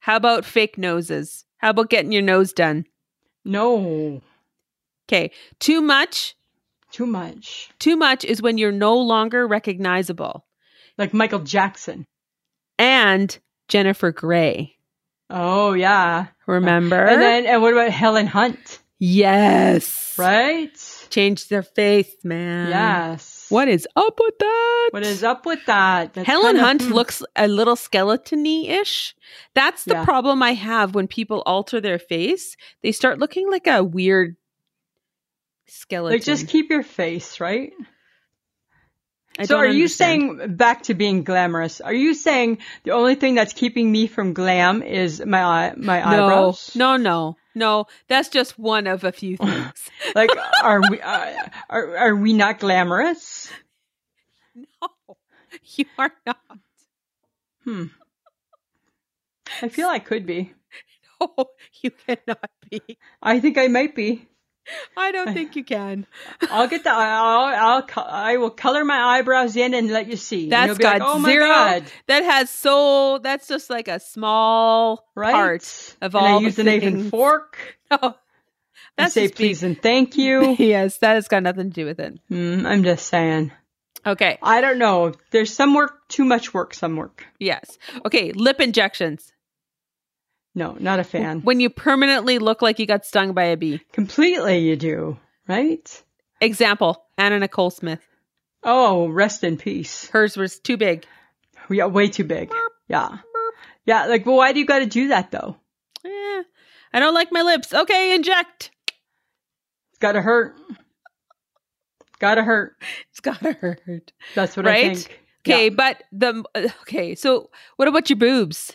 How about fake noses? How about getting your nose done? No, Okay. Too much too much. Too much is when you're no longer recognizable. Like Michael Jackson. And Jennifer Gray, Oh yeah. remember? And then, and what about Helen Hunt? yes. Right? Change their face, man. Yes. Uh, What is up with that? What is up with that? That's Helen kind of- Hunt hmm. looks a little skeletony ish. That's the Yeah. problem I have when people alter their face. They start looking like a weird skeleton. Like, just keep your face, right? I so, don't are you understand. saying back to being glamorous? Are you saying the only thing that's keeping me from glam is my eye- my no, eyebrows? no, no, no? That's just one of a few things. Like, are we uh, are are we not glamorous? no, you are not. Hmm. I feel I could be. No, you cannot be. I think I might be. I don't think you can. I'll get the. I'll. I'll. co- I will color my eyebrows in and let you see. And That's you'll be like, got oh my zero. God. That has so. That's just like a small Right. part. of and all I the use the knife and things. fork. No, I that's say just being- please and thank you. yes, that has got nothing to do with it. Mm, I'm just saying. Okay. I don't know. There's some work. Too much work. Some work. Yes. Okay. Lip injections. No, not a fan. When you permanently look like you got stung by a bee. Completely, you do. Right. Example Anna Nicole Smith. Oh, rest in peace. Hers was too big. Yeah, way too big. Yeah. Yeah. Like, well, why do you got to do that though? Eh, I don't like my lips. Okay. Inject. It's got to hurt. Got to hurt. It's got to hurt. That's what I Right? think. Okay. Yeah. But the. uh, Okay. So what about your boobs?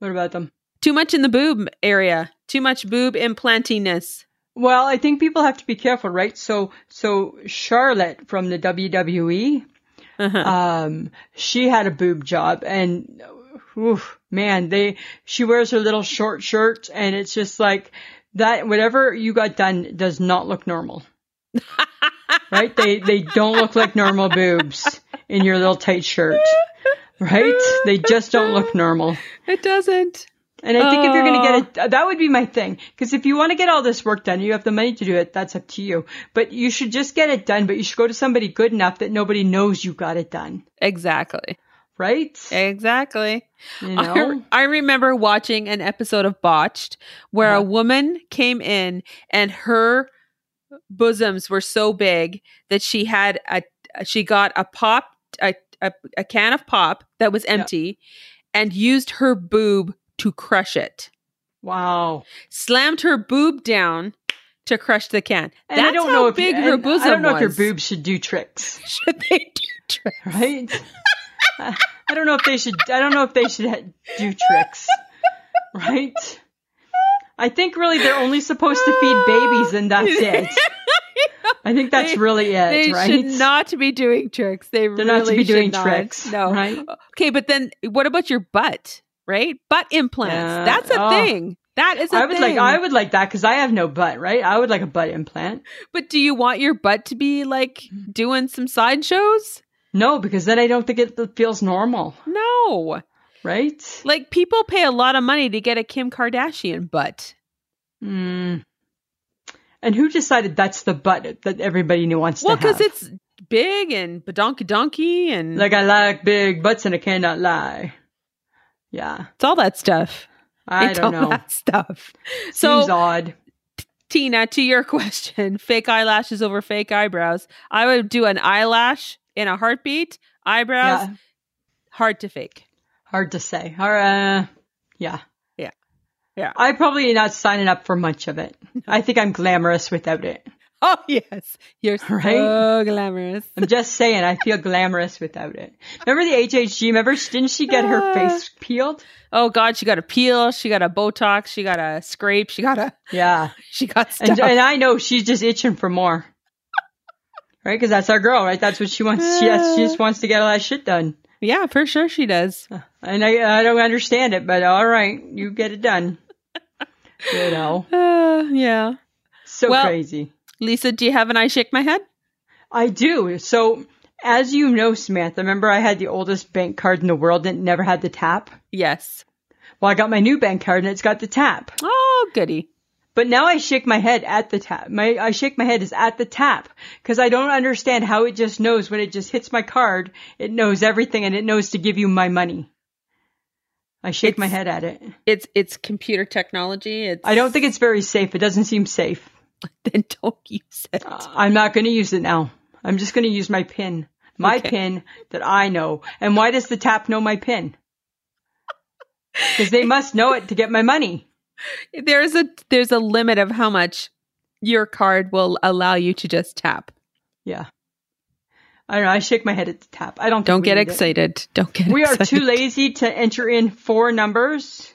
What about them? Too much in the boob area. Too much boob implantiness. Well, I think people have to be careful, right? So, so Charlotte from the WWE, Uh-huh. um, she had a boob job and oof, man, they, she wears her little short shirt and it's just like that, whatever you got done does not look normal, right? They, they don't look like normal boobs in your little tight shirt, right? They just don't look normal. it doesn't. And I think if you're going Oh. to get it, that would be my thing. Because if you want to get all this work done, you have the money to do it. That's up to you. But you should just get it done. But you should go to somebody good enough that nobody knows you got it done, Exactly. right? Eh, Exactly. You I- know, I, remember watching an episode of Botched where a Uh-huh. woman came in and her bosoms were so big that she had a she got a pop a a, a can of pop that was empty and used her boob to crush it. wow. Slammed her boob down to crush the can. And That's I don't how know if big and her bosom I don't know if was. your boobs should do tricks, should they do tricks? right? I I don't know if they should. I don't know if they should ha- do tricks, right? I think really they're only supposed to feed babies, and that's it. I think that's They- really it, They right? should not be doing tricks. They They're really not to be should doing not. tricks. No. Right? Okay, but then what about your butt? Right? Butt implants. Yeah. That's a Oh. thing. That is a I would thing. like I would like that because I have no butt, right? I would like a butt implant. but do you want your butt to be like doing some sideshows? No, because then I don't think it feels normal, No. right? Like people pay a lot of money to get a Kim Kardashian butt. Mm. And who decided that's the butt that everybody wants well, to have? because it's big and badonky donkey and like I like big butts and I cannot lie. Yeah, it's all that stuff. I it's don't all know. that stuff. So Seems odd. Tina, to your question, fake eyelashes over fake eyebrows. I would do an eyelash in a heartbeat. Eyebrows, Yeah, hard to fake. hard to say. Or, uh, yeah, Yeah. Yeah. I probably not signing up for much of it. I think I'm glamorous without it. Oh yes, you're so Right? glamorous. I'm just saying, I feel glamorous without it. Remember the HHG? Remember, didn't she get her face peeled? Oh God, she got a peel, she got a Botox, she got a scrape, she got a Yeah. she got stuff. And, and I know she's just itching for more. Right? Because that's our girl, right? That's what she wants. She, has, she just wants to get all that shit done. yeah, for sure she does. And I, I don't understand it, but all right, you get it done. You know? Uh, yeah, So Well- crazy. Lisa, do you have an I shake my head? I do. So, as you know, Samantha, remember I had the oldest bank card in the world and it never had the tap? Yes. Well, I got my new bank card and it's got the tap. Oh goody. But now I shake my head at the tap. My I shake my head is at the tap because I don't understand how it just knows when it just hits my card, it knows everything and it knows to give you my money. I shake my It's- head at it. It's it's computer technology. It's I don't think it's very safe. It doesn't seem safe. then don't use it. Ah. Uh, I'm not going to use it now. I'm just going to use my pin, my Okay. pin that I know. And why does the tap know my pin? Because they must know it to get my money. There's a there's a limit of how much your card will allow you to just tap. Yeah. I don't know. I shake my head at the tap. I don't. Think Don't we get need it. excited. Don't get We are excited. too lazy to enter in four numbers.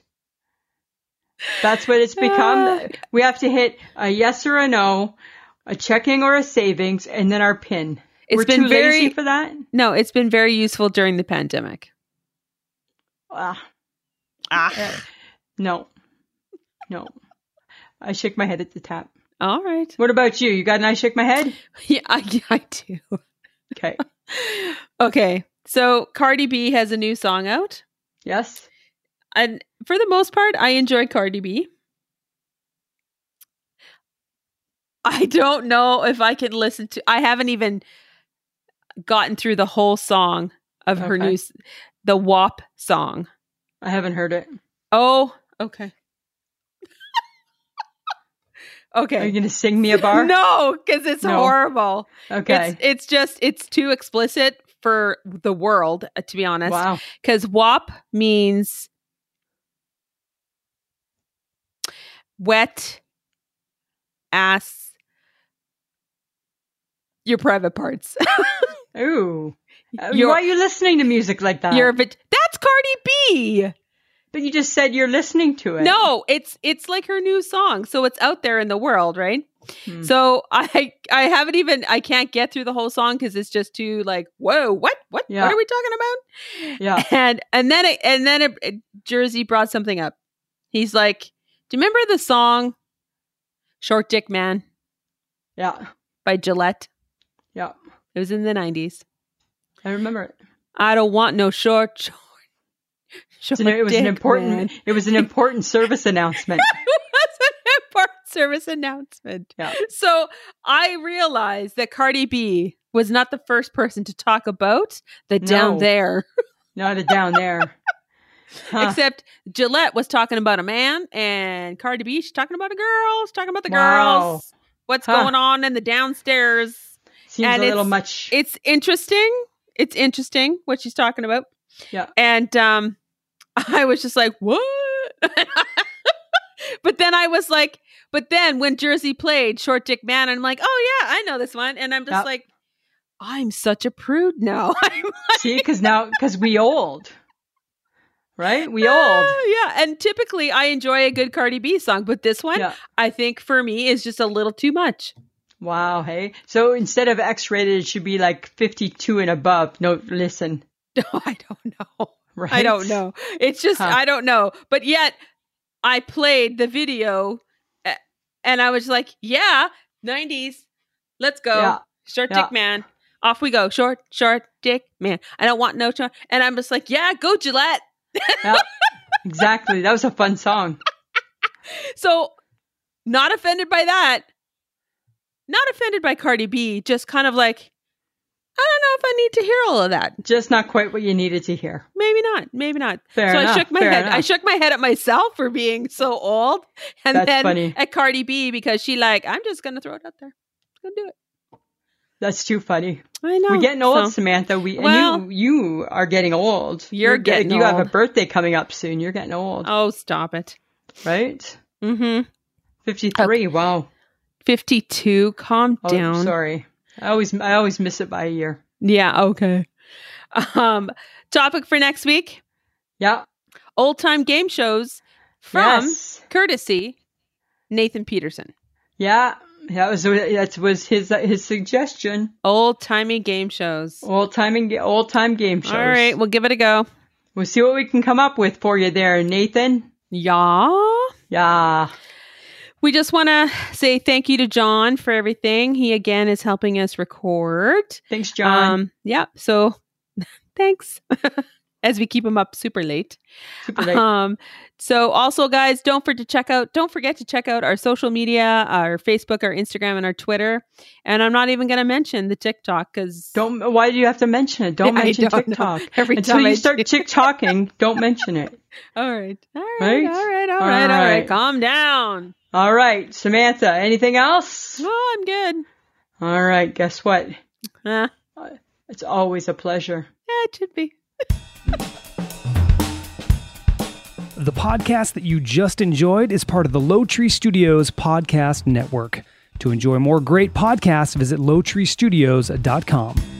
That's what it's Uh, become. we have to hit a yes or a no, a checking or a savings, and then our pin. It's We're been too very- lazy for that. No, it's been very useful during the pandemic. Ah, Uh, Ah. no, no. I shake my head at the tap. All right. What about you? You got an I shake my head? Yeah, I, I do. Okay. Okay. So Cardi B has a new song out. Yes. And for the most part, I enjoy Cardi B. I don't know if I can listen to I haven't even gotten through the whole song of her Okay. new s- the WAP song. I haven't heard it. Oh, okay. Are you okay. going to sing me a bar? No, cuz it's No. horrible. Okay. It's it's just it's too explicit for the world uh, to be honest wow. because WAP means wet ass your private parts. Ooh. Uh, Your- Why are you listening to music like that? your vag- that's Cardi B. But you just said you're listening to it. No, it's it's like her new song, so it's out there in the world, right? Hmm. So I I haven't even I can't get through the whole song because it's just too like whoa what what Yeah. what are we talking about? Yeah. and and then it, and then it, it- Jersey brought something up. He's like, "Do you remember the song Short Dick Man Yeah. by Gillette? Yeah. It was in the 90s. I remember it. I don't want no short short. It's an- it was an dick important. man." It was an important service announcement. it was an important service announcement. Yeah. So I realized that Cardi B was not the first person to talk about the down No. there, Not a down there. Huh. except Gillette was talking about a man and Cardi B, she's talking about a girl. She's talking about the Wow. girls. What's Huh. going on in the downstairs? Seems and a little it's- much. It's interesting. It's interesting what she's talking about. Yeah. And um, I was just like, what? but then I was like, but then when Jersey played Short Dick Man, I'm like, oh yeah, I know this one. And I'm just Yeah. like, I'm such a prude now. I'm See, because now, because we old, right? We old. Oh, yeah. And typically I enjoy a good Cardi B song, but this one Yeah. I think for me is just a little too much. Wow. Hey. So instead of X-rated, it should be like 52 and above. No, listen. I don't know. Right. I don't know. It's just Huh. I don't know. But yet I played the video a- and I was like, yeah, 90s. Let's go. Yeah. Short Yeah. dick man. Off we go. Short short dick man. I don't want no char- and I'm just like, yeah, go Gillette. Yeah. exactly. That was a fun song. So not offended by that. Not offended by Cardi B, just kind of like I don't know if I need to hear all of that. Just not quite what you needed to hear. Maybe not. Maybe not. Fair so enough. I shook my fair head. I enough. shook my head at myself for being so old, and That's then funny. at Cardi B because she like I'm just gonna throw it out there. I'm gonna do it. That's too funny. I know. We're getting old, So, Samantha. We Well- and you, you are getting old. You're getting You have old. a birthday coming up soon. You're getting old, oh, stop it. right? Mm-hmm. Fifty-three. Wow. Fifty-two. Calm Oh, down. sorry. I always I always miss it by a year. Yeah. Okay. Um. Topic for next week: Yeah. old-time game shows from yes. courtesy Nathan Peterson. Yeah. That was that was his his suggestion. Old-timey game shows. Old time and old time game shows. All right, we'll give it a go. We'll see what we can come up with for you there, Nathan. Yeah. Yeah. We just want to say thank you to John for everything. He again is helping us record. Thanks, John. Um, yeah. So thanks. As we keep him up super late. Super late. Um, so also guys, don't forget to check out don't forget to check out our social media, our Facebook, our Instagram, and our Twitter. And I'm not even gonna mention the TikTok because don't. Why do you have to mention it? Don't I mention don't know. TikTok. every Until time I you start do- TikToking, don't mention it. All right. All right. Right? All right. All All right. All right. right. Calm down. All right, Samantha, anything else? Oh, I'm good. All right, guess what? Huh? It's always a pleasure. yeah, it should be. The podcast that you just enjoyed is part of the Low Tree Studios podcast network. To enjoy more great podcasts, visit lowtreestudios.com.